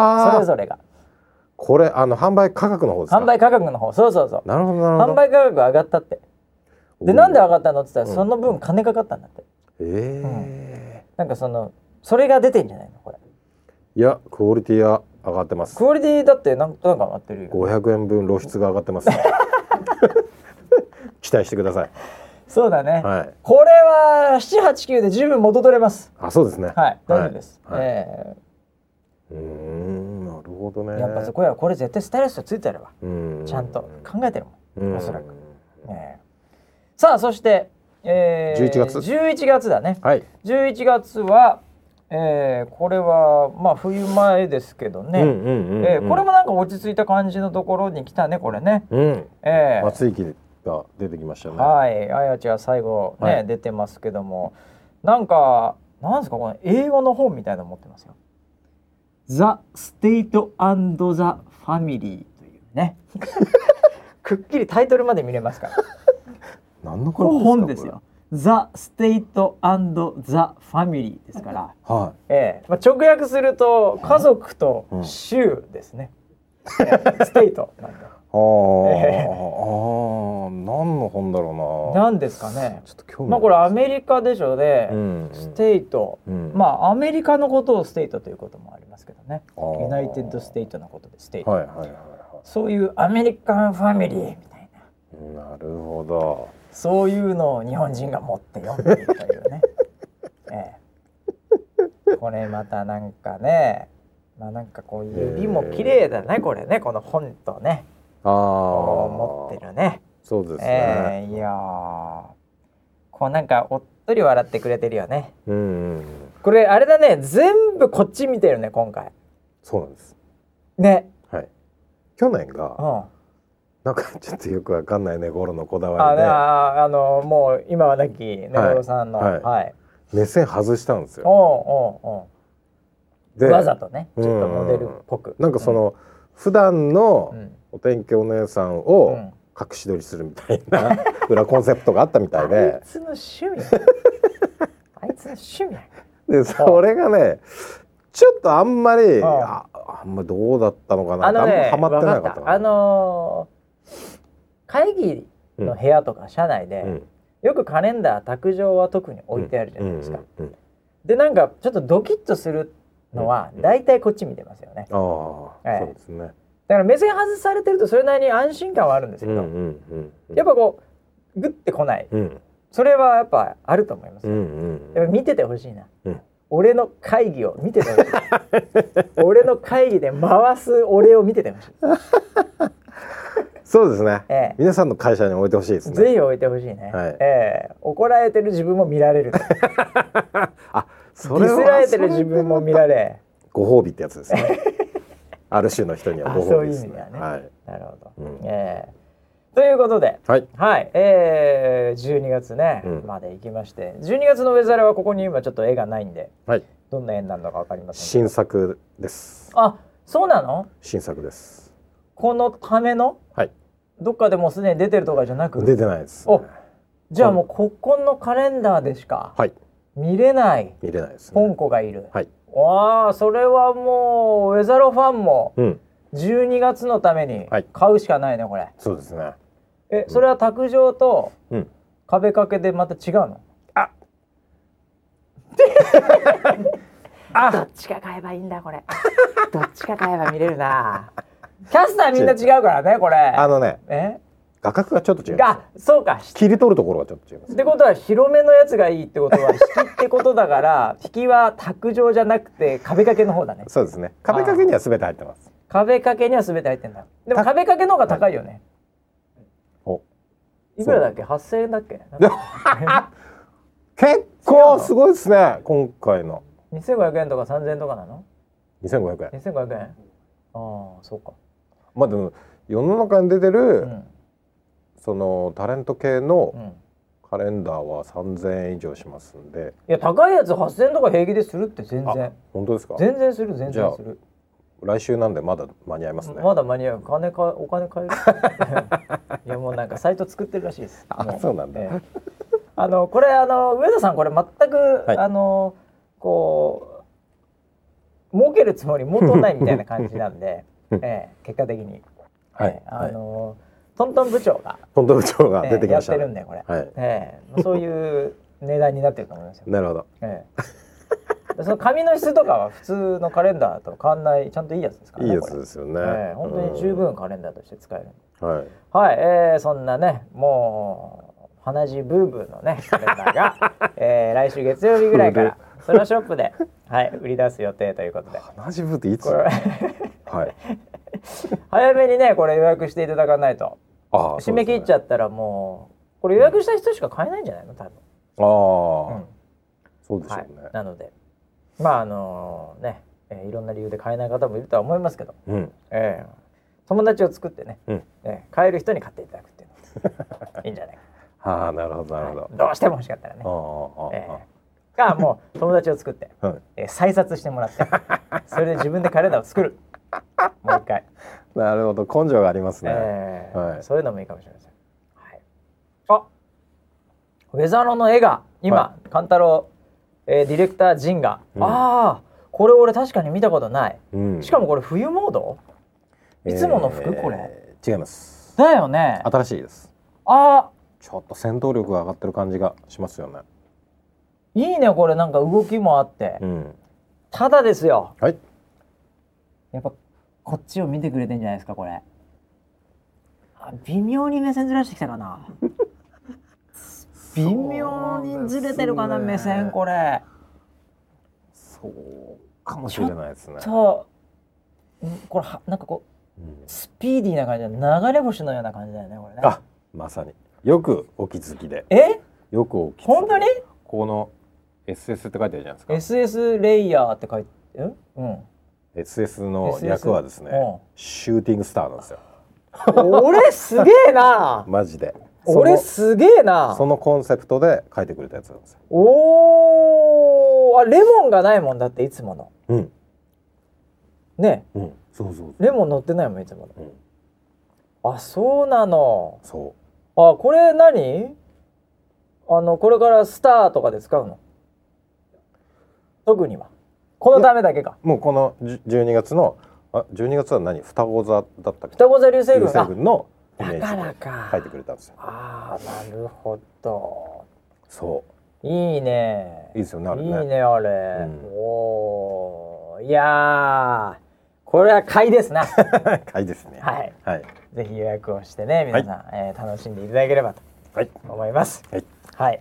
S2: あ
S1: れ
S2: あ
S1: ぞれが
S2: これあの販売価格の方ですか
S1: 販売価格の方そうそうそう
S2: なるほどなるほど
S1: 販売価格が上がったってでなんで上がったのって言った
S2: う
S1: ら
S2: ん
S1: その分金かかったんだって
S2: え
S1: なんかそのそれが出てんじゃないのこれ
S2: ーいやクオリティは上がってます
S1: クオリティだってなんとなく上がってるよ
S2: 500円分露出が上がってます 期待してください
S1: そうだね、
S2: はい
S1: これは789で十分元取れます
S2: あそうですね
S1: はい大丈夫です、
S2: はいはい
S1: え
S2: うーんなるほど
S1: ー
S2: ね
S1: やっぱそこやこれ絶対スタイリストついてればち
S2: ち
S1: ゃんと考えてるもんおそらく
S2: く
S1: ええさあそして、えー
S2: 11月
S1: 11月だね、
S2: はい
S1: 11月は、えーこれはまあ冬前ですけどね、
S2: うんうんうんうん
S1: えーこれもなんか落ち着いた感じのところに来たねこれね、
S2: うん
S1: えー
S2: 松井貴が出てきましたね
S1: はいあやちが最後ね、
S2: はい
S1: 出てますけどもなんかなんですかこの英語の本みたいなの持ってますよ。The State and the Family というね くっきりタイトルまで見れますから
S2: 何 の
S1: これ本
S2: で
S1: ですす
S2: か
S1: よ。ザ・ステイト・アンド・ザ・ファミリーですから、
S2: これは
S1: ええまあ、直訳すると家族と州です ね。ステイトなんだ。
S2: いあー、
S1: ええ
S2: あー何の本だろうな
S1: なんですかね。
S2: ちょっと興味
S1: まあこれアメリカでしょうで、
S2: うんうん
S1: ステイト、
S2: うん
S1: まあアメリカのことをステイトということもありますけどね。
S2: あー
S1: ユナイテッド・ステイトのことでステイト。
S2: はいはいはいは
S1: そういうアメリカンファミリーみたいな。
S2: いなるほど
S1: そういうのを日本人が持って読んでいるという ね。ええ、これまたなんかね、まあなんかこう指も綺麗だね、これね、この本とね、
S2: ああ
S1: こう持ってるね。
S2: そうですね、
S1: ええいやーこうなんかおっとり笑ってくれてるよね。
S2: うんうん
S1: これあれだね、全部こっち見てるね今回。
S2: そうなんです
S1: ね、
S2: はい去年
S1: う
S2: が
S1: ん。
S2: なんかちょっとよくわかんないね頃のこだ
S1: あ
S2: わ
S1: ね
S2: り
S1: ああのもう今はなきねごろさんの、は
S2: はいい目線外したんです
S1: おう
S2: よ
S1: おうおう
S2: で
S1: わざとねちょ
S2: う
S1: っ
S2: ん
S1: とモデルっぽく
S2: なんかその、普段の
S1: うん
S2: お天気お姉さん
S1: う
S2: を
S1: ん
S2: 隠し撮りするみたいな 裏コンセプトがあったみたい
S1: あい
S2: で
S1: つの趣味 あいつの趣味や
S2: でそれがねちょっとあんまり
S1: うん
S2: ああんまどうだったのかな
S1: あ
S2: ってあ
S1: の
S2: んま
S1: ね
S2: ハマってな
S1: わ
S2: か
S1: か
S2: っ
S1: ったたあのー会議の部屋とか社内で、
S2: うん
S1: よくカレンダー卓上は特に置いてあるじゃないですか、
S2: うんうんうん
S1: でなんかちょっとドキッとするのは
S2: うん
S1: 大体こっち見てますよね
S2: ああ、
S1: ええ
S2: そうですね。
S1: だから目線外されてるとそれなりに安心感はあるんですけど、
S2: んうん
S1: やっぱこうグッてこない
S2: うん
S1: それはやっぱあると思います、
S2: うんうん
S1: やっぱ見ててほしいな、
S2: うん
S1: 俺の会議を見ててほしい 俺の会議で回す俺を見ててほしい、
S2: そうですね。
S1: ええ
S2: 皆さんの会社に置いてほしいですね。
S1: ぜひ置いてほしいね、
S2: はい
S1: ええ怒られてる自分も見られるデ
S2: あ、そ
S1: ィ
S2: れ
S1: ス
S2: は
S1: られてる自分も見られ
S2: ご褒美ってやつですね。 ある種の人には
S1: あ
S2: ご褒美です
S1: そういう意
S2: ね。
S1: 味では
S2: はい。
S1: なるほど、
S2: うん
S1: ええということで
S2: はい。
S1: はい、えー、12月ね、
S2: うん
S1: まで行きまして12月のウェザーレはここに今ちょっと絵がないんで
S2: はい。
S1: どんな絵になるのか分かりません
S2: 新作です。
S1: あそうなの
S2: 新作です。
S1: このための
S2: はい。
S1: どっかでもうすでに出てるとかじゃなく
S2: 出てないです。
S1: おじゃあもうここのカレンダーでしか
S2: はい。
S1: 見れない
S2: 見れないですね。
S1: 本庫がいる、
S2: はい。
S1: わあそれはもうウェザロファンも
S2: うん。
S1: 12月のために
S2: はい
S1: 買うしかないねこれ
S2: そうですね。
S1: えそれは卓上と
S2: うん。
S1: 壁掛けでまた違うの
S2: あ。
S1: どっちか買えばいいんだこれ。どっちか買えば見れるな。キャスターみんな違うからねこれ。
S2: あのね、
S1: え？
S2: 画角がちょっと違います
S1: あ
S2: ね。
S1: そうか。ひ
S2: 切り取るところがちょっと違います
S1: っ。てことは広めのやつがいいってことは引きってことだから 引きは卓上じゃなくて壁掛けの方だね。
S2: そうですね。壁掛けには全て入ってます。
S1: 壁掛けには全て入ってんだ。でも
S2: た
S1: 壁掛けの方が高いよね。
S2: お。
S1: いくらだっけ？八千円だっ け？
S2: で結構すごいですね。今回の
S1: 二千五百円とか三千円とかなの？
S2: 2500円。
S1: 二千五百円？ああそうか。
S2: まあでも世の中に出てる、
S1: うん
S2: そのタレント系の
S1: うん。
S2: カレンダーは3000円以上しますんで、
S1: いや高いやつ8000とか平気でするって全
S2: あ
S1: 然
S2: 本当ですか
S1: 全然する全
S2: じゃ
S1: 然
S2: あ
S1: する
S2: 来週なんでまだ間に合いますね、
S1: まだ間に合う金かお金買える いやもうなんかサイト作ってるらしいです
S2: あ
S1: も
S2: そうなんだ
S1: ええあのこれあの上田さんこれ全く、
S2: はい
S1: あのこう儲けるつもり元ないみたいな感じなん で、ええ、結果的に、
S2: はい、
S1: あ
S2: はい、
S1: のトントン部長が、
S2: 本当部長が
S1: ええ
S2: 出てき
S1: や
S2: ま
S1: っ
S2: してたね、
S1: るんでこれ、
S2: はい
S1: ええそういう値段になってると思いますよ
S2: なるほど
S1: え え、その紙の質とかは普通のカレンダーと変わんないちゃんといいやつですから
S2: いい
S1: ね
S2: や
S1: こ
S2: つ
S1: れ
S2: ですよね、
S1: ええ本当に十分カレンダーとして使えるんで
S2: うん、はい
S1: はい、ええそんなねもう鼻血ブーブーの ねカレンダーが、ええ来週月曜日ぐらいからソロショップで、はい、売り出す予定ということで
S2: 鼻血ぶっていつ
S1: これ
S2: はい
S1: 早めにねこれ予約していただかないと
S2: ああ
S1: 締め切っち
S2: ゃ
S1: ゃったらもうこれ予約した人しか買えないんじゃないの多分、
S2: うああ、
S1: うん
S2: そうでしょ
S1: は
S2: う
S1: い
S2: ね、、
S1: なのでまああのね、ええいろんな理由で買えない方もいるとは思いますけど
S2: うん
S1: ええ友達を作ってね、
S2: うん
S1: ええ買える人に買っていただくっていうの がいいんじゃないか
S2: ああなるほどなるほど、
S1: どうしても欲しかったらね、
S2: あ
S1: え
S2: あああああ、
S1: えがもう友達を作って、
S2: はい
S1: ええ再殺してもらって それで自分でカレンダーを作るもう一回、
S2: なるほど根性がありますね、
S1: ええ
S2: はい
S1: そういうのもいいかもしれません、はい、あウェザロの絵が今、勘太郎、ええディレクター陣が、
S2: うん
S1: ああこれ俺確かに見たことない
S2: うん
S1: しかもこれ冬モードいつもの服これ
S2: 違います
S1: だよねあ
S2: 新しいです
S1: あ
S2: ちょっと戦闘力が上がってる感じがしますよね
S1: いいねこれなんか動きもあって、
S2: うん
S1: ただですよ
S2: はい
S1: やっぱこっちを見てくれてんじゃないですかこれあ微妙に目線ずらしてきたかな微妙にずれてるかな、
S2: そうで
S1: 目
S2: すね
S1: 線これ
S2: そうかもしれないですね
S1: そううんこれはなんかこ
S2: うん
S1: うスピーディーな感じで流れ星のような感じだよねこれね
S2: あまさによくお気づきで
S1: え
S2: よくお気づき
S1: 本当に
S2: この SS って書いてあるじゃないですか
S1: SS レイヤーって書いてうんうん
S2: SS の略はですね
S1: SS うん
S2: シューティングスターなんですよ
S1: 俺すげえな
S2: マジで
S1: 俺
S2: そ
S1: すげえ
S2: の
S1: な
S2: そのコンセプトで書いてくれたやつなんですよ
S1: おーあレモンがないもんだっていつもの
S2: うん
S1: ね
S2: うん、そうそうそう
S1: レモン乗ってないもんいつも、
S2: うん
S1: あそうなの
S2: そ
S1: あこれ何あのこれからスターとかで使うの特にはこのためだけか
S2: うもうこのじゅ12月のあ12月は何双子座だったっけ
S1: 双子座流星群
S2: 流群のイ
S1: あ
S2: メ
S1: だか
S2: ージ
S1: ら
S2: で
S1: か
S2: 書いてくれたんですよ
S1: あーなるほど
S2: そ
S1: いいね
S2: ういいですよねあれ
S1: いい
S2: ね
S1: ねあれ、
S2: うん
S1: おーいやーこれは買いですな
S2: はいですね
S1: はい
S2: はい
S1: ぜひ予約をしてね皆さん、えー楽しんでいただければと
S2: はい
S1: 思います
S2: はい
S1: はい、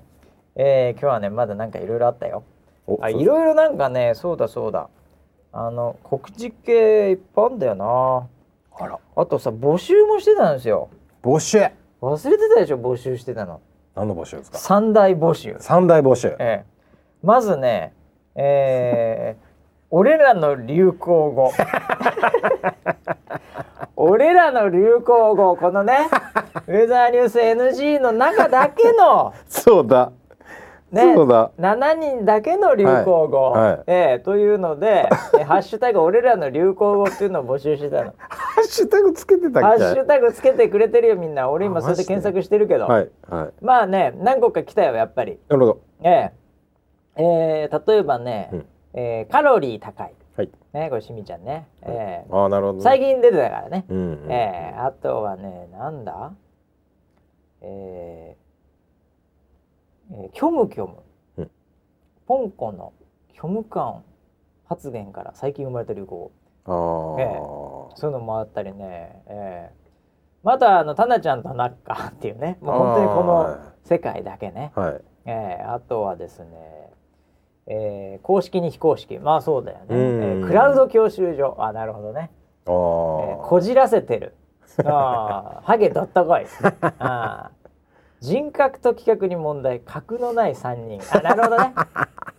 S1: えー今日はねまだなんかいろいろあったよ
S2: お
S1: あ
S2: そう
S1: いろいろなんかねそうだそうだあの告知系いっぱいあんだよな
S2: あら
S1: あとさ募集もしてたんですよ
S2: 募集
S1: 忘れてたでしょ募集してたの
S2: 何の募集ですか
S1: 三大募集
S2: 三大募集
S1: ええ、まずね、え ー俺らの流行語俺らの流行語このねウェザーニュース NG の中だけの、
S2: そうだ
S1: ね、
S2: そうだ
S1: 7人だけの流行語、
S2: はいはい
S1: ええというの で「えハッシュタグ俺らの流行語」っていうのを募集してたの。
S2: ハッシュタグつけてたっけ
S1: ハッシュタグつけてくれてるよみんな俺今
S2: あ
S1: それ
S2: マ
S1: で
S2: ジで
S1: 検索してるけど、
S2: はいはい
S1: まあね何個か来たよやっぱり。
S2: なるほど
S1: えええー例えばね、
S2: うん
S1: えーカロリー高い、
S2: はい
S1: ね、これしみちゃんね、えー
S2: ああなるほどね
S1: 最近出てたからね、
S2: うんうん
S1: えーあとはねなんだえーえー、キョムキョム、
S2: うん
S1: ポンコのキョム感発言から最近生まれた流行語
S2: あー
S1: そういうのもあったりね、えーまたあのタナちゃんとナッカー っていうねもう本当にこの世界だけね
S2: はい
S1: えーあとはですね、えー公式に非公式まあそうだよね、え
S2: うん
S1: ークラウド教習所あなるほどね、え
S2: あ
S1: ー
S2: ー
S1: こじらせてるあー ハゲどったこいあー人格と企画に問題格のない三人あなるほどね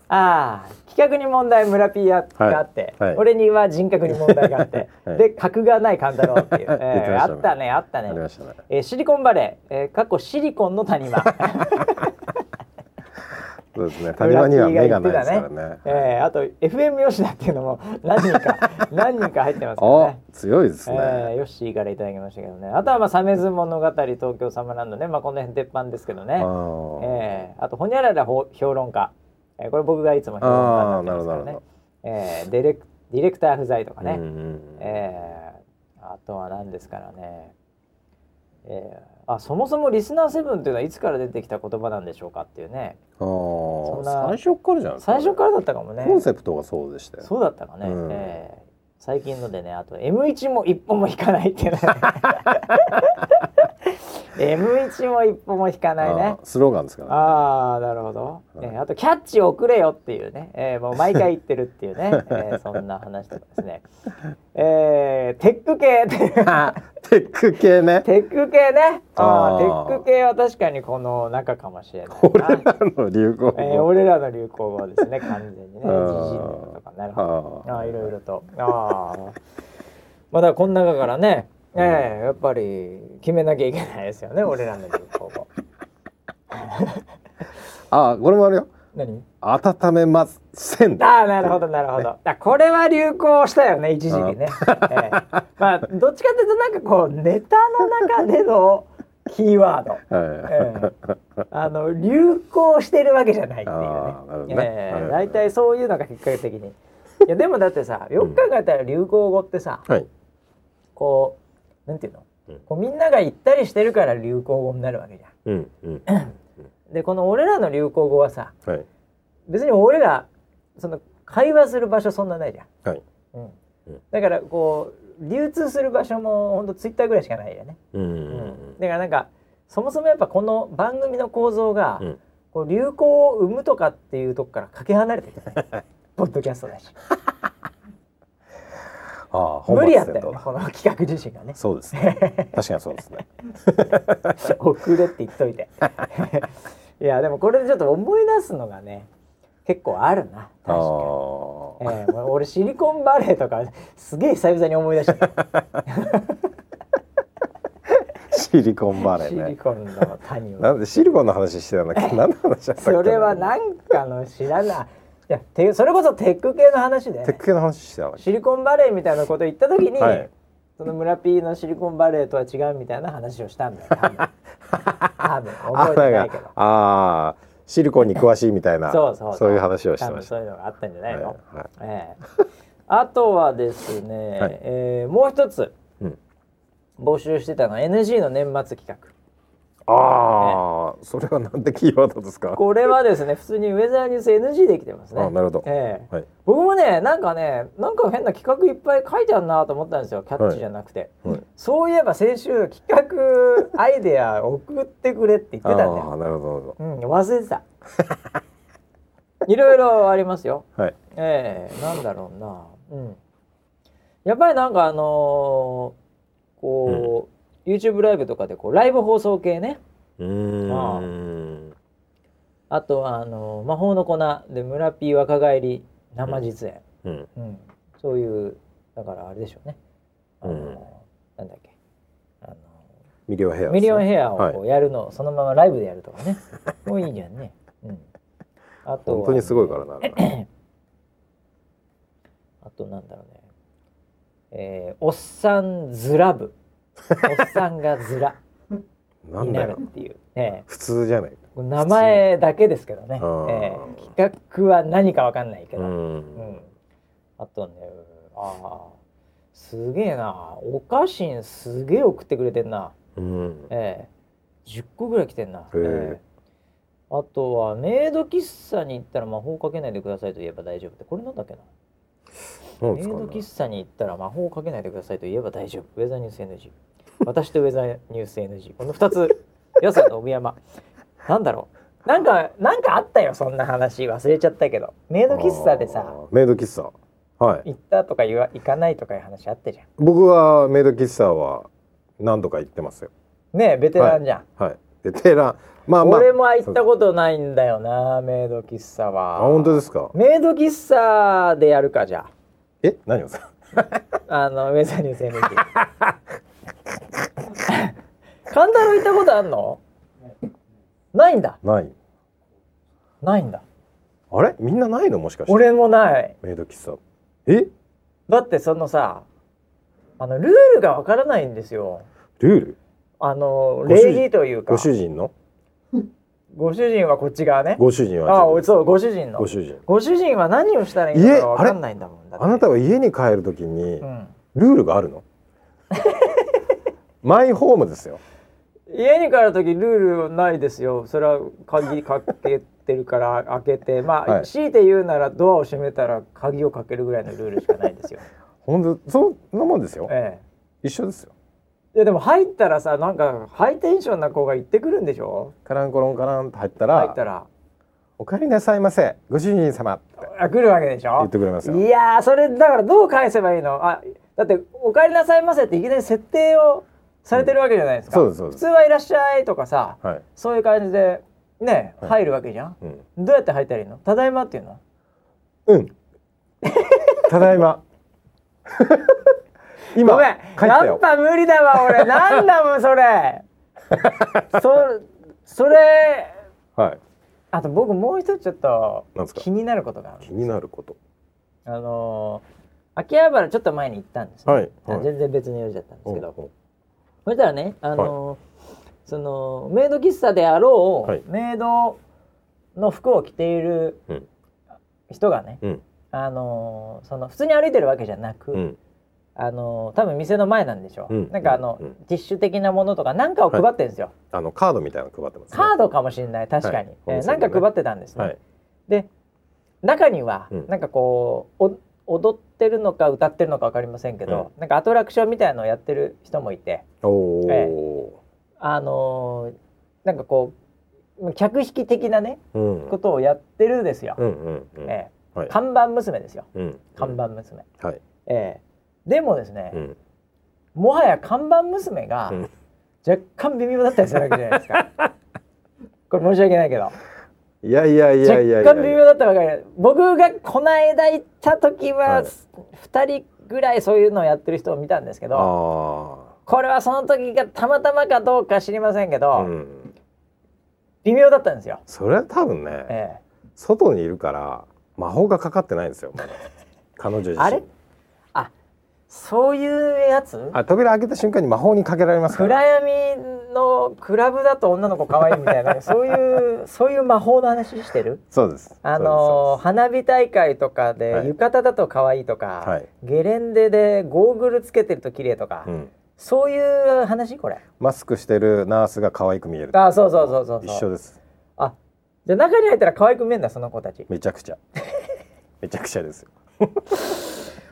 S1: あー企画に問題村ピーがあって、
S2: はいはい
S1: 俺には人格に問題があって、
S2: はい
S1: で格がない勘太郎っていう、え
S2: 言って
S1: ー
S2: ました
S1: あ
S2: ね
S1: ったねあったね
S2: ありましたね
S1: えーシリコンバレー、えー、かっこシリコンの谷間
S2: そうですね谷間には目がないですからね
S1: えー、あと FM 吉田っていうのも何人か何人か入ってますから
S2: あ
S1: ね。
S2: 強いですね
S1: えーヨッシーからいただきましたけどねあとは、まあ「サメズ物語東京サマーランドね」まあ、この辺鉄板ですけど
S2: あ
S1: ねあ,、
S2: ー
S1: えーあと「ほにゃらら評論家」えーこれ僕がいつも評論家になってますからね
S2: あ
S1: えーディレクディレクター不在とかね、
S2: うんうんうん
S1: えーあとは何ですからね、えーあそもそも「リスナーセブン」というのはいつから出てきた言葉なんでしょうかっていうね
S2: あー
S1: んな
S2: 最初からじゃないですか
S1: 最初からだったかもね。
S2: コンセプトがそうでしたよ
S1: そうだったかね、
S2: うん
S1: ええ最近のでねあと M1 も一歩も引かないっていう ね M1 も一歩も引かないね
S2: あースローガンですからね
S1: ああなるほど、ええあと「キャッチ送れよ」っていうね、ええもう毎回言ってるっていうね、ええそんな話とかですね、ええテック系
S2: テック系ね
S1: テック系ねああ
S2: あ
S1: テ
S2: ー
S1: ック系は確かにこの中かもしれないな
S2: 俺らの流行
S1: ええ
S2: 語
S1: 俺らの流行語ですね完全にね
S2: あー
S1: 時事ネタとかなるほど
S2: あ
S1: あーいろいろと。ああ。まあだからこの中からね、ええやっぱり決めなきゃいけないですよね、俺らの流行語。
S2: あーこれもあるよ
S1: 何
S2: 温めません
S1: ああ、なるほど、なるほど。あこれは流行したよね、一時期ね。ええまあ、どっちかというと、なんかこう、ネタの中でのキーワード。
S2: は
S1: ええあの流行してるわけじゃないっていう
S2: あーなるほど
S1: ね
S2: ね
S1: ええ
S2: はい
S1: 大体そういうのが結果的にいやでもだってさよく考えたら流行語ってさ、
S2: いはい
S1: こうなんていうの、
S2: うん
S1: こうみんなが行ったりしてるから流行語になるわけじゃ
S2: うんうん
S1: ん。でこの俺らの流行語はさ
S2: はい
S1: 別に俺らその会話する場所そんなないじゃん。
S2: はい
S1: うん
S2: うん
S1: だからこう流通する場所もほんとツイッターぐらいしかないよね。
S2: うんうん
S1: う
S2: うんん
S1: だからなんかそもそもやっぱこの番組の構造が、
S2: うん
S1: こう流行を生むとかっていうとこからかけ離れてるよねポッドキャストだし
S2: ああ
S1: 無理やったよねこの企画自身がね。
S2: そうです ね確かにそうですね
S1: 遅れって言っとい ていやでもこれでちょっと思い出すのがね結構あるな
S2: あ
S1: 確かに、ええもう俺シリコンバレーとかすげえ久々に思い出した、
S2: あシリコンバレ
S1: シ
S2: ー
S1: リ
S2: ね
S1: コンの谷
S2: な
S1: は
S2: んでシリコンの話してたんだっけ何の話だったっけ
S1: それはなんかの知らないいやてそれこそテック系の話で
S2: テック系の話してたわけ
S1: シリコンバレーみたいなこと言った時に、
S2: はい
S1: その村 P のシリコンバレーとは違うみたいな話をしたんだよ多分多分覚えてないけど
S2: ああーシリコンに詳しいみたいな
S1: そうそう
S2: そういう話をしてまし
S1: 多分そ
S2: た
S1: ういうのがあったんじゃないの、
S2: はいはい
S1: ええあとはですね、
S2: はい
S1: えーもう一つ
S2: うん
S1: 募集してたのは NG の年末企画
S2: ああそれはなんてキーワードですか
S1: これはですね普通にウェザーニュース NG できてますね
S2: あなるほど
S1: ええ
S2: はい
S1: 僕もねなんかねなんか変な企画いっぱい書いてあるなと思ったんですよキャッチじゃなくて、
S2: はい
S1: そういえば先週企画アイデア送ってくれって言って
S2: ああ
S1: たんだ
S2: ー
S1: よ、
S2: なるほどなるほ
S1: うん、忘れてたいろいろありますよ
S2: どはい
S1: ええなんだろうな、うん、やっぱりなんかあのーこう、YouTube ライブとかでこうライブ放送系ね
S2: うーん
S1: あとはあのー魔法の粉」で「村ピー若返り」生実演、
S2: うん
S1: うんそういうだからあれでしょうね、あのー
S2: うん
S1: なんだっけ、あの
S2: ミリオン
S1: ー
S2: ヘアですね
S1: ミリオンヘアをこ
S2: は
S1: うやるのをそのままライブでやるとか ねもういいじゃんね、うん、あとは
S2: 本当にすごいか らなあれな
S1: あとなんだろうね。えー、おっさんずら ぶ。おっさんがずら
S2: なん
S1: に
S2: だ
S1: なる
S2: よ
S1: っていう。え
S2: 普通じゃない
S1: ー、名前だけですけどね。え
S2: あー
S1: ー、企画は何かわかんないけ
S2: う
S1: ど。うん。
S2: ん
S1: あとね、ああ、すげえな。お菓子んすげえ送ってくれてんな。
S2: うん
S1: ええ10個ぐらい来てんな、
S2: え
S1: ええあとはメイド喫茶に行ったら魔法かけないでくださいと言えば大丈夫ってこれなんだっけな
S2: な
S1: メ
S2: んで
S1: イ
S2: すか
S1: ド
S2: ね
S1: 喫茶に行ったら魔法をかけないでくださいと言えば大丈夫ウェザーニュース NG 私とウェザーニュース NG この2つやさの帯山なんだろうなんかなんかあったよそんな話忘れちゃったけどメイド喫茶でさ
S2: あーメイド喫茶はい
S1: 行ったとか言わ行かないとかいう話あったじゃ
S2: 僕はメイド喫茶は何度か行ってますよ
S1: んねえベテランじゃん、
S2: はいベテランまあまあ
S1: 俺も行ったことないんだよなメイド喫茶は
S2: あ本当ですか
S1: メイド喫茶でやるかじゃ
S2: え何をさ
S1: ああのウェザーニュース NG 神田郎行ったことあんのないんだ
S2: ない
S1: ないんだ
S2: あれみんなないのもしかして
S1: 俺もない
S2: メイド喫茶え
S1: だってそのさあのルールがわからないんですよ
S2: ルール
S1: あの
S2: ご主人
S1: 礼儀というか
S2: ご主人の
S1: ご主人はこっち側ね
S2: ご主人は
S1: あおそうご主人の
S2: ご主人
S1: ご主人は何をしたらいいの
S2: いえ
S1: かわかんないんだもんだって
S2: あなたは家に帰るときに
S1: うん
S2: ルールがあ るのマイホームですよ
S1: 家に帰る時ルールないですよそれは鍵かけてるから 開けてまあ、
S2: はい
S1: 強いて言うならドアを閉めたら鍵をかけるぐらいのルールしかないですよ、
S2: ほんとそんなもんですよ
S1: え
S2: 一緒ですよ
S1: え、いやでも入ったらさなんかハイテンションな子が行ってくるんでしょ
S2: カランコロンカランって入ったら
S1: 入ったら
S2: お帰りなさいませご主人様って
S1: あ来るわけでし
S2: 言っ
S1: ょ
S2: てくれますよ
S1: いやーそれだからどう返せばいいのあだって「お帰りなさいませ」っていきなり設定をされてるわけじゃないですか、
S2: うんそうですそう
S1: 普
S2: です
S1: 通はいらっしゃいとかさ
S2: はい、
S1: そういう感じでね
S2: はい
S1: 入るわけじゃん、
S2: うん、
S1: どうやって入ったらいいのただいまっていうの
S2: うん。ただ いま。今
S1: ごめん
S2: 帰った
S1: やっ
S2: よ。
S1: ぱ無理だわ 俺なんだもんそれそそれ
S2: はい。
S1: あと僕もう一つちょっと
S2: なんですか
S1: 気になることがある
S2: 気になること。
S1: あのー秋葉原ちょっと前に行ったんですね、
S2: はいはい
S1: あ全然別の用事だったんですけど、
S2: うんうん
S1: そしたらねあのーそのメイド喫茶であろう、
S2: はい
S1: メイドの服を着ている
S2: うん
S1: 人がね、
S2: うん
S1: あのーその普通に歩いてるわけじゃなく、
S2: うん。
S1: あの多分店の前なんでしょう、
S2: うん
S1: なんかあの、
S2: うん
S1: ティッシュ的なものとか何かを配ってるんですよ、
S2: あのカードみたいなの配ってます、ね。
S1: カードかもしれない確かに、
S2: はい
S1: え
S2: お
S1: ー
S2: 店
S1: な
S2: の
S1: ん
S2: ね
S1: か配ってたんですね、
S2: はい。
S1: で中には、
S2: うん
S1: なんかこうお踊ってるのか歌ってるのか分かりませんけど、なんかアトラクションみたいなのをやってる人もいて
S2: おお、
S1: えあのーなんかこう客引き的なね
S2: うん。うん
S1: ことをやってるですよ、
S2: うんうん。
S1: え
S2: はい
S1: ー。看板娘ですよ
S2: うん。
S1: 看板娘、
S2: はい。
S1: えーでもですね、
S2: うん。
S1: もはや看板娘が
S2: うん
S1: 若干微妙だったりするわけじゃないですか。 これ申し訳ないけど
S2: いやいやいやいやいや。
S1: 若干微妙だったわけじゃない僕がこの間行った時
S2: は
S1: はい2人ぐらいそういうのをやってる人を見たんですけど
S2: あ
S1: これはその時がたまたまかどうか知りませんけ
S2: あ。
S1: ど、
S2: うん。
S1: 微妙だったんですよ。
S2: それは多分ね、
S1: ええ
S2: 外にいるから魔法がかかってないんですよ まだ彼女自身
S1: あれあそういうやつ
S2: あ扉開けた瞬間に魔法にかけられますか
S1: 暗
S2: ら
S1: 闇のクラブだと女の子可愛いみたい なそういうそういう魔法の話してる
S2: そうです
S1: あのー花火大会とかで
S2: はい
S1: 浴衣だと可愛いとか、
S2: はい
S1: ゲレンデでゴーグルつけてると綺麗とか、
S2: そうですそうですうん
S1: そういう話これ
S2: マスクしてるナースが可愛く見える
S1: あそうそうそうそうそう
S2: 一緒です
S1: あじゃあ中に入ったら可愛く見えんだその子たち
S2: めちゃくちゃめちゃくちゃですよ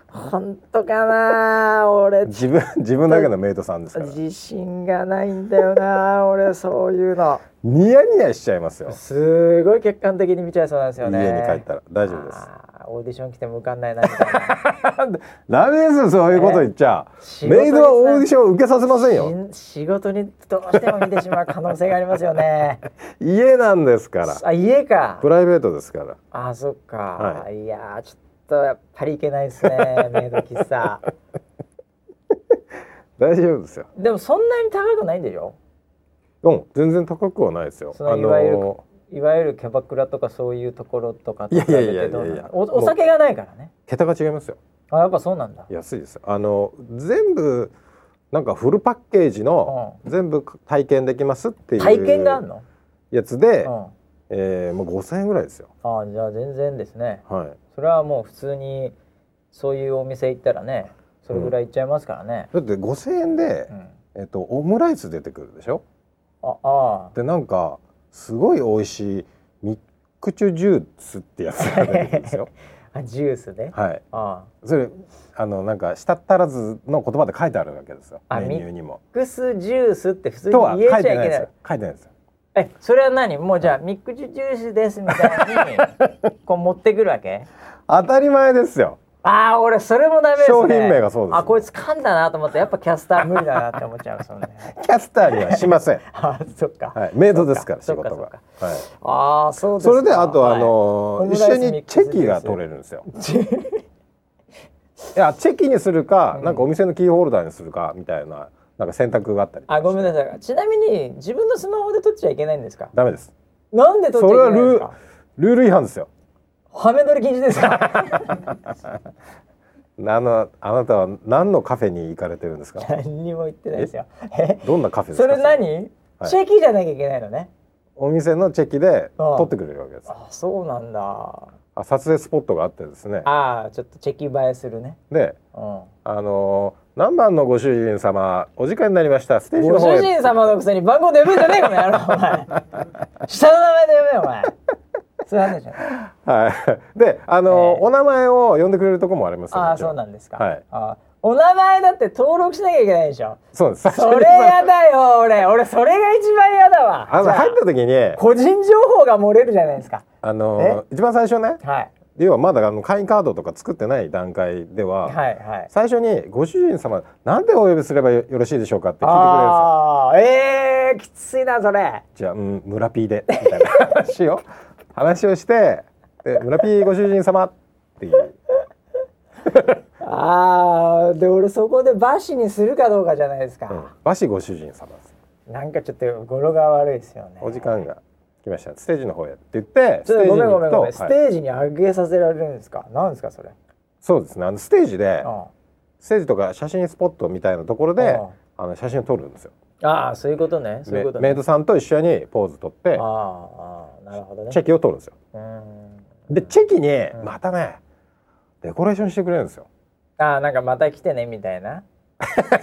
S1: 本当かな俺
S2: 自分自分だけのメイドさんですから
S1: 自信がないんだよな俺そういう の
S2: ニヤニヤしちゃいますよ
S1: すごい客観的に見ちゃいそうなんですよね
S2: 家に帰ったら大丈夫です
S1: あーオーディション来ても受かんないなみたいな
S2: ダメですよそういうこと言っちゃ、
S1: え
S2: メイドはオーディションを受けさせませんよ
S1: し仕事にどうしても見てしまう可能性がありますよ ね
S2: 家なんですから
S1: あ家か
S2: プライベートですから
S1: あそっか、、
S2: はい
S1: やーちょっとやっぱりいけないですね メイド喫茶
S2: 大丈夫ですよ
S1: でもそんなに高くないんでしょ
S2: うん全然高くはないですよ
S1: その
S2: あのー
S1: いわゆるいわゆるキャバクラとかそういうところとかと
S2: い
S1: 比
S2: や
S1: べ
S2: いやいやいや
S1: てどうなの
S2: いや
S1: おお酒がないからね
S2: 桁が違いますよ
S1: あやっぱそうなんだ
S2: 安いですよあの全部なんかフルパッケージの全部体験できますっていう
S1: 体験があるの、
S2: やつで、
S1: うん、
S2: えーもう5000円ぐらいですよ
S1: ああじゃあ全然ですね
S2: はい
S1: それはもう普通にそういうお店行ったらねそれぐらい行っちゃいますからね、
S2: だって5000円で
S1: う、ん
S2: えっと、オムライス出てくるでしょ
S1: ああ
S2: でなんかすごい美味しいミックチュジュースってやつが出てくる んですよ
S1: あジュースで、
S2: はい
S1: ああ
S2: それあのなんか舌足らずの言葉で書いてあるわけですよ
S1: あ
S2: メニューにも
S1: ミックスジュースって普通に
S2: とは書
S1: 言えちゃ
S2: い
S1: い
S2: て
S1: け
S2: な
S1: ないい
S2: ですよ書いてないですよ
S1: えそれは何もうじゃあミックスジュースですみたい にこう持ってくるわけ
S2: 当たり前ですよ
S1: ああ俺それもダメですね
S2: 商品名がそうです
S1: あこいつ噛んだなと思ってやっぱキャスター無理だなって思っちゃうその ね
S2: キャスターにはし ません
S1: あそっか、
S2: はいメイドですから仕
S1: そっ
S2: 事
S1: か
S2: がはい
S1: ああそうです
S2: そ
S1: か
S2: れであとあ
S1: はい
S2: の
S1: オム
S2: 一
S1: ライス
S2: 緒にチェキが取れるんで すよいやチェキにするかなんかお店のキーホルダーにするかみたいななんか選択があったり
S1: あごめんなさいちなみに自分のスマホで撮っちゃいけないんですか
S2: ダメです
S1: なんで撮っちゃい
S2: それ
S1: けない
S2: は
S1: んで
S2: ル
S1: す
S2: ー
S1: か
S2: ルール違反ですよ
S1: ハメ撮り禁止ですか
S2: あのあなたは何のカフェに行かれてるんです か
S1: 何にも言ってないですよえ
S2: どんなカフェです
S1: そ
S2: か
S1: れ何、
S2: はい
S1: チェキじゃなきゃいけないのね
S2: お店のチェキで
S1: ああ
S2: 撮ってくれるわけです
S1: あそうなんだ
S2: あ撮影スポットがあってですね
S1: ああちょっとチェキ映えするね
S2: で
S1: うん
S2: あのー何番のご主人様お時間になりましたステージの
S1: ご
S2: 方
S1: 主
S2: へ
S1: 人様のくせに番号で呼ぶんじゃねえこの野郎 お前下の名前で呼べよお前そうなんでしょ
S2: はいであのー
S1: ええ
S2: お名前を呼んでくれるとこもありますよ
S1: ああ
S2: もちろ
S1: そうなんですか、
S2: はい
S1: ああお名前だって登録しなきゃいけないでしょ
S2: そうです
S1: それやだ よ俺俺それが一番嫌だわ
S2: あの
S1: じゃあ
S2: 入った時に
S1: 個人情報が漏れるじゃないですか
S2: あのー一番最初ね
S1: はい
S2: 要はまだあの会員カードとか作ってない段階では、
S1: はいはい
S2: 最初にご主人様なんでお呼びすればよろしいでしょうかって聞いてくれるんですよ
S1: ああええー、きついなそれ
S2: じゃあ、うん、村 P でみたいな話を 話をしてで村 P ご主人様っていう
S1: ああで俺そこで馬シにするかどうかじゃないですか、
S2: 和紙ご主人様です
S1: なんかちょっと語呂が悪いですよね
S2: お時間が来ましたステージの方へって言って
S1: ち
S2: ス
S1: ょ
S2: テ
S1: っ
S2: ー
S1: とご
S2: ジに
S1: めんご
S2: 行
S1: めん
S2: く
S1: ご
S2: と、
S1: めん、ステ
S2: はい
S1: ージに上げさせられるんですかなんですかそれ、
S2: そうですねあのステージで
S1: うん
S2: ステージとか写真スポットみたいなところであの写真を撮るんですよ
S1: ああそういうことねそういうこと
S2: メメ
S1: ね
S2: イドさんと一緒にポーズ撮って
S1: ああああなるほどね
S2: チェキを撮るんですよ
S1: うーん
S2: でチェキに
S1: ん
S2: またねデコレーションしてくれるんですよ
S1: ああなんかまた来てねみたい な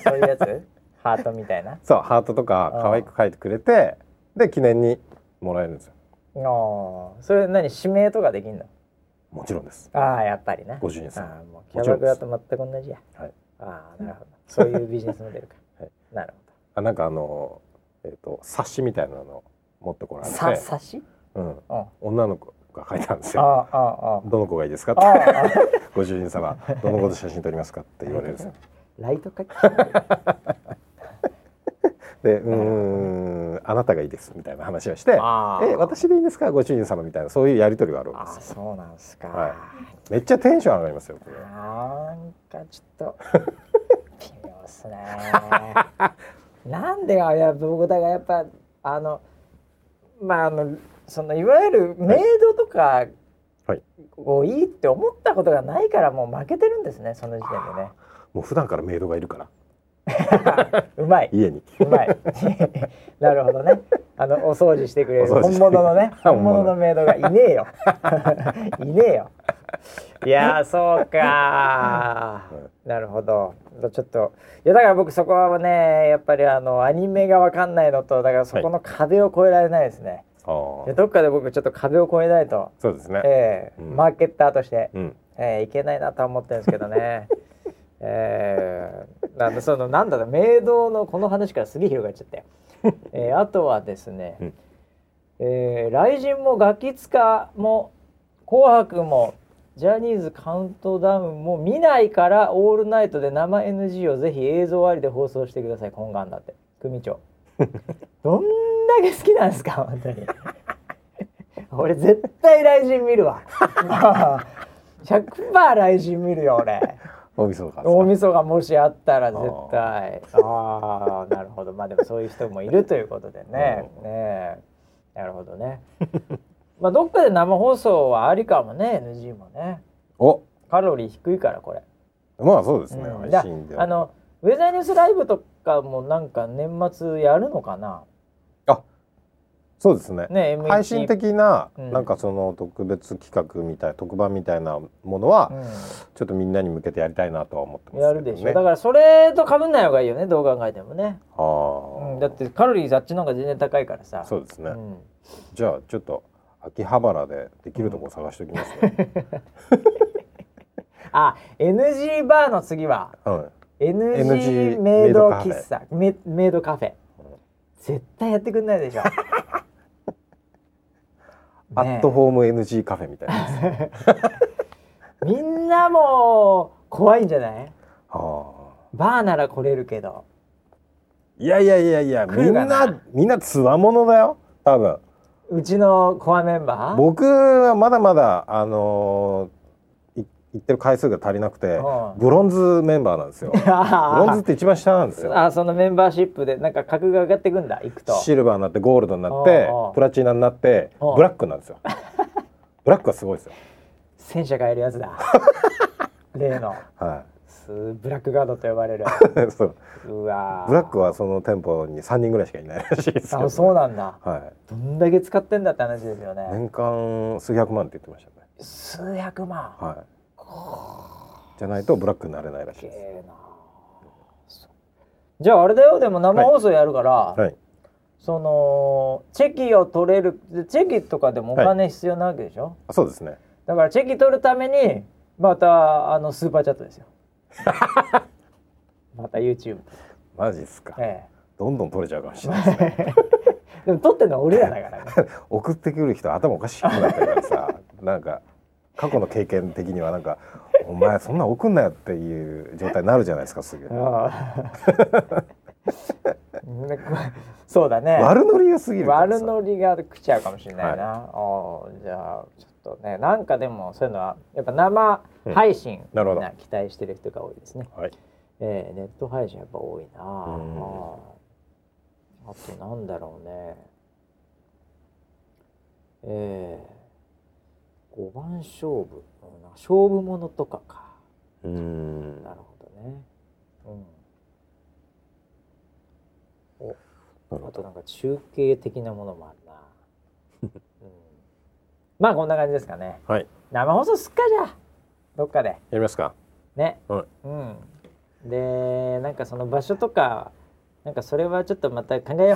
S1: そういうやつハートみたいなあ
S2: そうハートとか
S1: うん
S2: 可愛く描いてくれてで記念にもらえるんですよ
S1: あそれ何指名とかできんの
S2: もちろんです
S1: ああやっぱりね
S2: ご主人様
S1: ああもうキャバクラと全く同じや
S2: はい
S1: ああなるほどそういうビジネスモデルか、
S2: はい
S1: なる
S2: あなんかあのえっ、と冊子みたいなのを持ってこら
S1: ほど
S2: れて
S1: さ差し
S2: うん、
S1: うんあ
S2: 女の子が書いたんです
S1: ああ
S2: よ
S1: ああ
S2: どの子がいいですかっ
S1: ああ
S2: て
S1: ああ
S2: ご主人様どの子と写真撮りますかって言われるんですよ
S1: ライトかけ
S2: でうーんあなたがいいですみたいな話をして
S1: あー
S2: え私でいいんですかご主人様みたいなそういうやり取りがあるん
S1: あ
S2: ですよ
S1: そうなんすか、
S2: はいめっちゃテンション上がりますよこれ
S1: なんかちょっと微妙っ すねなんでかいや僕だからやっぱあのまああのそのいわゆるメイドとか
S2: はい
S1: こういいって思ったことがないからもう負けてるんですねその時点でね
S2: もう普段からメイドがいるから
S1: うまい
S2: 家に
S1: うまい なるほどねあのお掃除してくれる
S2: お掃除
S1: 本
S2: してくれる
S1: 物のね本
S2: 本物
S1: 物のメイドがいねえよいねえよ いやーそうかー、なるほどちょっといやだから僕そこはねやっぱりあのアニメがわかんないのとだからそこの壁を越えられないですね、
S2: あ
S1: いや
S2: ー
S1: どっかで僕ちょっと壁を越えないと、
S2: そうですね、
S1: ええ
S2: うん
S1: マーケッターとして、
S2: うん
S1: ええいけないなとは思ってるんですけどね ええなんだそのなんだろう明道のこの話からすげえ広がっちゃったよ、 ええあとはですね、
S2: うん
S1: ええ雷神もガキツカも紅白もジャニーズカウントダウンも見ないからオールナイトで生 NG をぜひ映像ありで放送してください懇願だって組 長どんだけ好きなんですか本当に 俺絶対雷神見る わ100%雷神見るよ 俺
S2: 大晦日ですか
S1: 大晦日もしあったら絶対ああーなるほどまあでもそういう人もいるということでねね
S2: う
S1: えなるほど ねまあどっかで生放送はありかもね NG もね
S2: お
S1: カロリー低いからこれ、
S2: まあそうですね、
S1: うん
S2: 配信で
S1: だあのウェザーニュースライブとかもなんか年末やるのかな
S2: あそうですね
S1: ね MHP
S2: 配信的な、
S1: うん
S2: なんかその特別企画みたい特番みたいなものは、
S1: う
S2: ちょっとみんなに向けてやりたいなとは思って
S1: ん、
S2: ます
S1: や
S2: け
S1: る
S2: どね
S1: でしょ、だからそれと被んない方がいいよねどう考えてもね、
S2: ああ、
S1: うん、だってカロリーあっちの方が全然高いからさ
S2: そうですね、
S1: うん
S2: じゃあちょっと秋葉原でできるとこ探しておきますね、
S1: あ NG バーの次は
S2: はい
S1: NG メイド喫茶メメイドカフェ絶対やってくんないでし ょねえ
S2: アットホーム NG カフェみたいなやつ
S1: みんなもう怖いんじゃない
S2: あー
S1: バーなら来れるけど
S2: いやいやいやいや
S1: 来
S2: み
S1: る
S2: ん
S1: か
S2: な
S1: な
S2: みんなつわものだよ多分
S1: うちのコアメンバー
S2: 僕はまだまだあのーい行ってる回数が足りなくて
S1: うん
S2: ブロンズメンバーなんですよブロンズって一番下なんですよ
S1: あそのメンバーシップでなんか格が上がってくんだ行くと
S2: シルバーになってゴールドになって
S1: うんうん
S2: プラチナになって
S1: うん
S2: ブラックなん ですよブラックはすごいですよ
S1: 戦車がやるやつ だ例の
S2: は
S1: すブラックガードと呼ばれる
S2: い そう
S1: うわー
S2: ブラックはその店舗に3人ぐらいしかいないらしいですけど
S1: あそうなんだ
S2: はい
S1: どんだけ使ってんだって話ですよね
S2: 年間数百万って言ってましたね
S1: 数百万
S2: はいじゃないとブラックになれないらしい
S1: け
S2: です
S1: えなそじゃああれだよでも生放送やるから、
S2: はい
S1: そのチェキを取れるでチェキとかでもお金必要なわけでしょ、
S2: あそうですね
S1: だからチェキ取るためにまたあのスーパーチャットですよ また YouTube
S2: マジっすか
S1: え
S2: どんどん取れちゃうかもしれない
S1: えでも取ってんのは俺らだ からね
S2: 送ってくる人頭おかしくなってるからさなんか過去の経験的にはなんか「お前そんな送んなよ」っていう状態になるじゃないですかすぐ
S1: ああねこそうだね
S2: 悪ノリがすぎるから
S1: 悪
S2: さ
S1: ノリが来ちゃうかもしれないな、
S2: は
S1: おーじゃあちょっとねなんかでもそういうのはやっぱ生配信
S2: なるほど
S1: 期待してる人が多いですね、
S2: はい
S1: えーネット配信やっぱ多いなあ
S2: ん
S1: あとなんだろうねえー、五番勝負うんなんか勝負ものとかか
S2: うーん
S1: な
S2: な
S1: るほどねうん
S2: る
S1: あ
S2: ほ
S1: と
S2: ど
S1: なんか中継的なものもあるな。 うん、まあこんな感じですかね。
S2: はい
S1: 生放送すっかじゃあどっかで
S2: やりますか
S1: ね。
S2: はい
S1: うん。でなんかその場所とかなんかそれはちょっとまた考えよ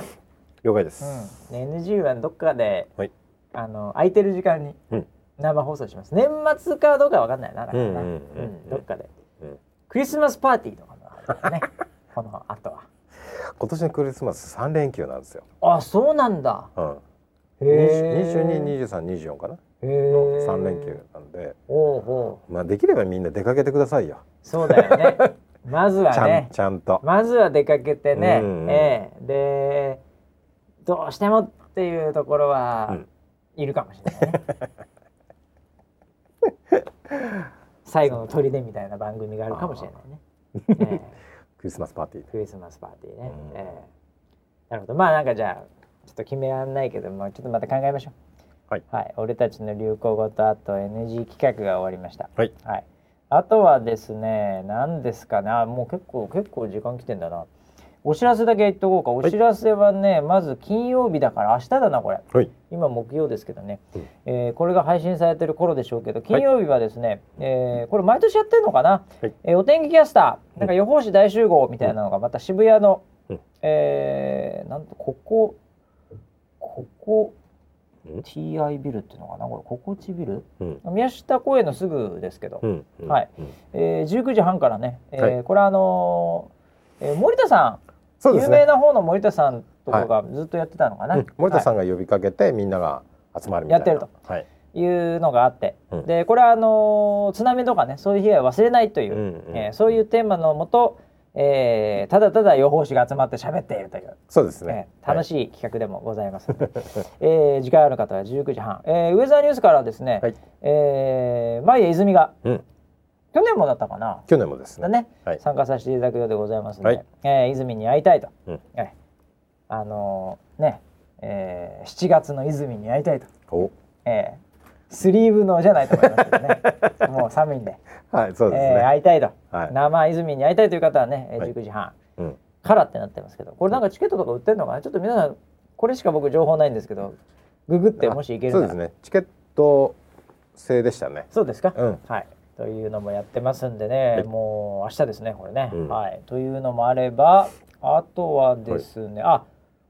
S2: 了解です、
S1: う。うん。ね NG はどっかで、
S2: はい
S1: あの空いてる時間に
S2: うん
S1: 生放送します。年末かどうかわかんないな。だからな
S2: うんうんうんうん
S1: うんどっかで、
S2: うん
S1: クリスマスパーティーとかもあるから ね。この後は。
S2: 今年のクリスマス三連休なんですよ、
S1: あそうなんだ。
S2: うん、
S1: へえ。
S2: 222324かなの三連休なんで、
S1: おうおう
S2: まあ、できればみんな出かけてくださいよ、
S1: そうだ よねまずは
S2: ちゃん
S1: ね
S2: ちゃんと、
S1: まずは出かけてね、
S2: うんうん
S1: ええでどうしてもっていうところは
S2: うん
S1: いるかもしれ ないね、最後の砦みたいな番組があるかもしれないね、ええ
S2: クリスマスパーティー
S1: クリスマスパーティーね、
S2: うん
S1: ええなるほどまあなんかじゃあちょっと決めらんないけど、まあ、ちょっとまた考えましょう
S2: はい
S1: はい、俺たちの流行語とあと NG 企画が終わりました。
S2: はい
S1: はい。あとはですね、何ですかね。あ、もう結構結構時間来てんだな。お知らせだけ言っとこうか。お
S2: はい
S1: 知らせはね、まず金曜日だから明日だなこれ。
S2: はい
S1: 今木曜ですけどね、
S2: うん
S1: えーこれが配信されてる頃でしょうけど金曜日はですね、えーこれ毎年やってるのかな、
S2: はい
S1: えーお天気キャスターなんか予報士大集合みたいなのがまた渋谷の、
S2: うん
S1: えーなんとここここ
S2: うん
S1: TI ビルっていうのかなこれココチビル
S2: うん
S1: 宮下公園のすぐですけど、
S2: うんうん
S1: はい
S2: うん
S1: えー19時半からね、えー
S2: は
S1: これあのーえー森田さ
S2: そ
S1: ん、
S2: うで
S1: 有
S2: す
S1: 名
S2: ね、
S1: な方の森田さんとかがずっとやってたのかな、
S2: うん、森田
S1: はい
S2: さんが呼びかけてみんなが集まるみたいな
S1: やってる
S2: はい
S1: いうのがあって、
S2: うん
S1: でこれはあのー津波とかねそういう被害を忘れないという、
S2: うんうん
S1: えーそういうテーマのもと、えーただただ予報士が集まって喋っているという、
S2: そうですね、
S1: えー楽
S2: い、
S1: しい企画でもございます ので、えー時間ある方は19時半、えーウェザーニュースからはですね、
S2: はい
S1: えー、前江泉が
S2: うん、
S1: 去年もだったかな、
S2: 去年もです
S1: だ
S2: ね
S1: ね、
S2: はい
S1: 参加させていただくようでございますので、
S2: はい
S1: えー泉に会いたいと、
S2: うん
S1: えーあのーね、えー7月の泉に会いたいと。
S2: お
S1: ええスリーブのじゃないと思いますけど ねもう寒いんで
S2: はいそうですね、
S1: ええ会いたいと、
S2: はい
S1: 生泉に会いたいという方はね、ええ
S2: はい
S1: 19時半
S2: うん
S1: からってなってますけどこれなんかチケットとか売ってるのかなちょっと皆さんこれしか僕情報ないんですけどググってもし行ける
S2: そう
S1: な
S2: で
S1: ら
S2: すねチケット制でしたね
S1: そうですか、
S2: うん
S1: はいというのもやってますんでね、
S2: はい
S1: もう明日ですねこれね、
S2: うん
S1: はいというのもあればあとはですね、あ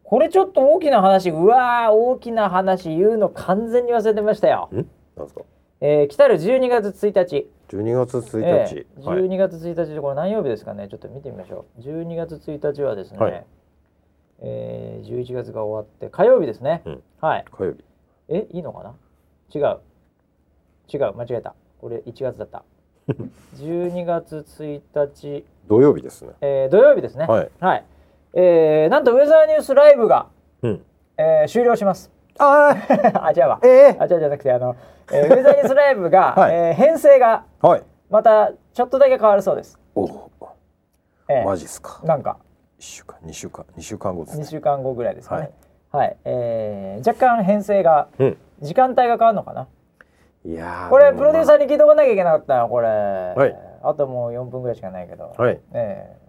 S1: これちょっと大きな話うわー大きな話言うの完全に忘れてましたよ、
S2: んなんですか
S1: えー来たる12月1日
S2: 12月1日、
S1: ええ12月1日でこれ何曜日ですかねちょっと見てみましょう12月1日はですね、
S2: はい
S1: えー、11月が終わって火曜日ですね、
S2: うん
S1: はい
S2: 火曜日
S1: えいいのかな違う違う間違えたこれ1月だ った12月1日、
S2: 土曜日ですね
S1: えー、土曜日ですね
S2: はい、
S1: えーなんとウェザーニュースライブが、
S2: うん
S1: えー終了します
S2: あー
S1: あ違うわ
S2: ええ
S1: あ違うじゃなくてあの、えーウェザーニュースライブが、
S2: はい
S1: えー編成が
S2: はい
S1: またちょっとだけ変わるそうです、
S2: お
S1: えー
S2: マジっすか
S1: なんか
S2: 一週間二週間二週間後です
S1: 2
S2: ね
S1: 週間後ぐらいですかね。はい、えー若干編成が
S2: うん
S1: 時間帯が変わるのかな。
S2: いや
S1: これプロデューサ
S2: ー
S1: ーに聞いておかなきゃいけなかったなこれ。
S2: い
S1: あともう4分ぐらいしかないけど。
S2: でもまあはい
S1: えー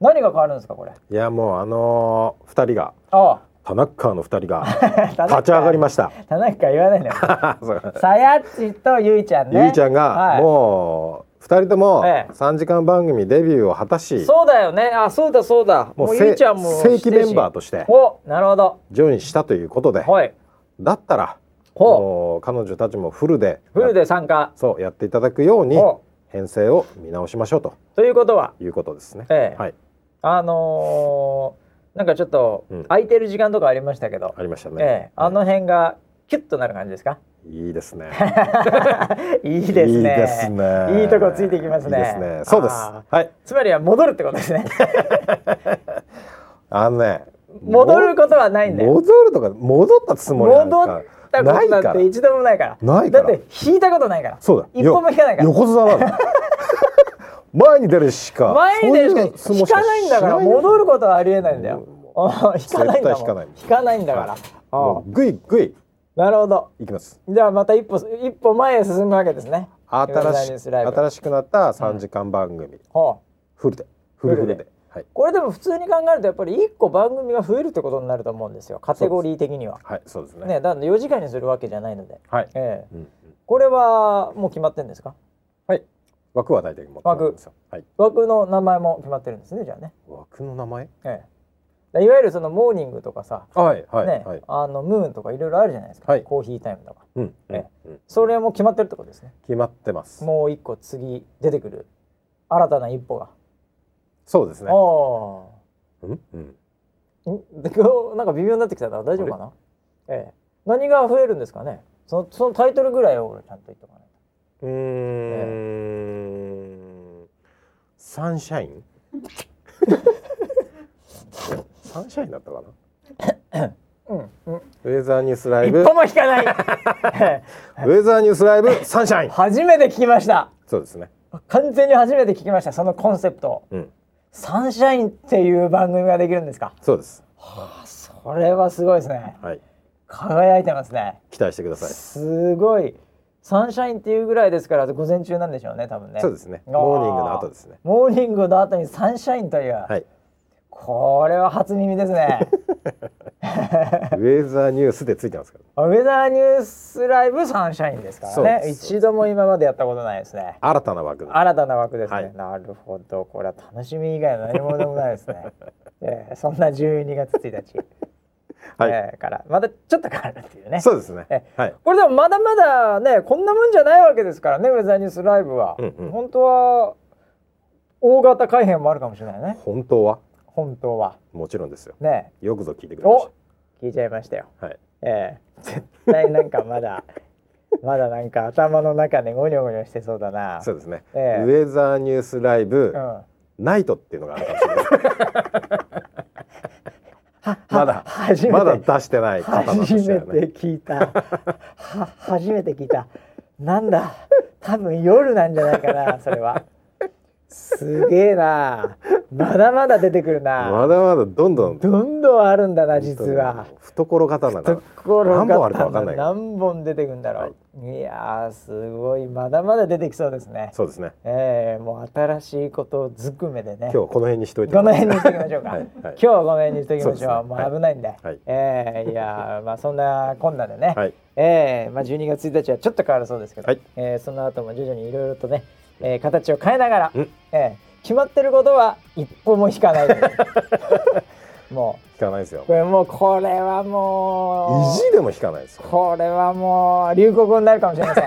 S1: 何が変わるんですかこれ。
S2: いやもうあのー、二人が
S1: あ
S2: 田中の二人 が
S1: あ、立
S2: 立ち上がりま した
S1: 田中言わないのよ。
S2: そう
S1: さやっちとゆいちゃんね。
S2: ゆいちゃんが
S1: はい
S2: もう二人とも
S1: ええ
S2: 三時間番組デビューを果たし
S1: そうだよね。あ、そうだそうだ。もう
S2: せ
S1: ゆいちゃんも
S2: 正規メンバー
S1: と。
S2: として
S1: お、なるほど。
S2: ジョインしたということで
S1: はい。
S2: だったら
S1: ほ
S2: もう彼女たちもフルで
S1: う、フルで参加。
S2: そうやっていただくように
S1: ほ
S2: 編成を見直しましょうと
S1: うということは。
S2: いうことですね。
S1: ええ
S2: はい、
S1: あのーなんかちょっと
S2: うん
S1: 空いてる時間とかありましたけど、
S2: ありましたね。
S1: ええあの辺がキュッとなる感じですか
S2: いいですね。
S1: いいですね
S2: いいですね。
S1: いいとこついてきますね
S2: いいですね。そうです。
S1: あ
S2: はい。
S1: つまりは戻るってことです ね
S2: あのね。
S1: 戻ることはないんだよ
S2: 戻るとか戻ったつもりなん
S1: 戻
S2: か
S1: ったこと
S2: ない
S1: な
S2: か
S1: ん
S2: ら
S1: て。一度もないから
S2: ないから
S1: だって引いたことないから
S2: そうだ。
S1: 一歩も引かないから
S2: よ横綱 なの。前に出るしか。
S1: 前に出るし
S2: そうい
S1: か引
S2: う相撲し
S1: かないんだから
S2: しない
S1: 戻ることはありえないんだよ
S2: も
S1: 引かないんだもん
S2: 絶対引かない
S1: 引かないんだから、
S2: はい
S1: ああ
S2: もうぐいぐい
S1: なるほど
S2: いきます。
S1: じゃあまた一歩一歩前へ進むわけですねウェザーニュ
S2: 新
S1: ー
S2: し
S1: ス
S2: い
S1: ライブ
S2: 新しくなった三時間番組、
S1: ほう
S2: フルでフルフル
S1: フル
S2: で。はい
S1: これでも普通に考えるとやっぱり1個番組が増えるってことになると思うんですよカテゴリー的には。
S2: はいそうですね。
S1: ね、だから4時間にするわけじゃないので、
S2: はい。
S1: ええ
S2: うんうん
S1: これはもう決まってるんですか
S2: はい。枠は大体持ってるんですよ。はい。
S1: 枠の名前も決まってるんですねじゃあね、
S2: 枠の名前？
S1: ええだからいわゆるそのモーニングとかさ、
S2: はいはい、
S1: ね
S2: はい。
S1: あのムーンとかいろいろあるじゃないですか、
S2: はい
S1: コーヒータイムとか
S2: うん、
S1: え
S2: うん
S1: それも決まってるってことですね
S2: 決まってます。
S1: もう1個次出てくる新たな一歩が、
S2: そうですね。
S1: お
S2: うんうん。
S1: ーん でこうなんか微妙になってきたから大丈夫かなええ何が増えるんですかねそのそのタイトルぐらいをちゃんと言っとかないと
S2: うーん。サンシャ イン？サンシャインだったかな。
S1: うんうん、
S2: ウェザーニュースライ
S1: 一
S2: ブ、ウ
S1: 歩も引か ない
S2: ェザーニュースライブサンシャイン。
S1: 初めて聞きました
S2: そうですね。
S1: 完全に初めて聞きましたそのコンセプトを
S2: うん。
S1: サンシャインっていう番組ができるんですか
S2: そうです。
S1: それはすごいですね
S2: はい。
S1: 輝いてますね
S2: 期待してください。
S1: すごいサンシャインっていうぐらいですから午前中なんでしょうね多分ね
S2: そうですね。
S1: あー
S2: モーニングの後ですね。
S1: モーニングの後にサンシャインという、
S2: はい。
S1: これは初耳ですね
S2: ウェザーニュースでついてますから。
S1: ウェザーニュースライブサンシャインですか
S2: そう
S1: らね
S2: です
S1: 一度も今までやったことないですね
S2: 新たな枠で。
S1: 新たな枠ですね、
S2: はい
S1: なるほどこれは楽しみ以外の何もでもないです ね、えーそんな12月1日、
S2: はい。
S1: えーからまたちょっと変わるっていうね
S2: そうですね
S1: え。
S2: はい。
S1: これでもまだまだねこんなもんじゃないわけですからねウェザーニュースライブは、
S2: うんうん
S1: 本当は大型改編もあるかもしれないね
S2: 本当は
S1: 本当は
S2: もちろんですよ。
S1: ね
S2: よくぞ聞いてくれまし
S1: お聞いちゃいましたよ
S2: た。はい。
S1: ええ絶対なんかまだまだなんか頭の中でゴニョゴニョしてそうだな
S2: そうですね。ウ
S1: ええ
S2: ェザーニュースライブ
S1: うん
S2: ナイトっていうのがあるかもしれ ないです。まだ
S1: 初めて
S2: まだ出してない方の
S1: 初
S2: として
S1: め
S2: はね。
S1: て聞いたは初めて聞いたなんだ多分夜なんじゃないかなそれはすげえなまだまだ出てくるな、
S2: まだまだどんどん。
S1: どんどんあるんだな実は。
S2: 懐刀が
S1: ところが
S2: 何本あるかわかんないけど
S1: 何本出てくるんだろう、い、やーすごいまだまだ出てきそうですね
S2: そうですね。
S1: えー、もう新しいことずくめでね
S2: 今日はこの辺にしといて
S1: この
S2: もらって。
S1: 辺にしておきましょうか。
S2: はいはい
S1: 今日はこの辺にしておきましょう。
S2: そうですね
S1: もう危ないんで。
S2: はい
S1: えーいやーまあそんなこんなでね。
S2: はい
S1: えーまあ12月1日はちょっと変わるそうですけど、
S2: はい
S1: えーその後も徐々にいろいろとね、えー形を変えながら、
S2: うん
S1: えー決まってることは一歩も引か ないで。も
S2: 引かないですよ
S1: うこ。れもうこれはもう
S2: 意地でも引かないですよ。
S1: これはもう流行語になるかもしれ ません。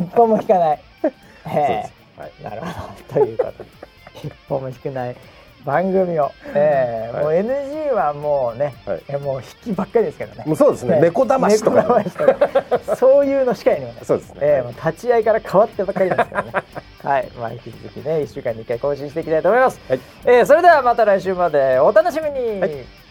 S1: 一歩も引かない。え
S2: そう
S1: ー
S2: です。はい。
S1: なるほど。ということで、一歩も引くない番組 を、えー
S2: は
S1: もう NG はもうね、
S2: はい
S1: えもう引きばっかりですけどね
S2: も。うそうですね。猫騙しとかね。
S1: 猫騙しとか そういうのしかいない
S2: そうですね
S1: えーもう立ち合いから変わってばっかりです からね。はい、まあ引き続きね、一週間に一回更新していきたいと思います。
S2: はい
S1: えーそれではまた来週までお楽しみに。
S2: はい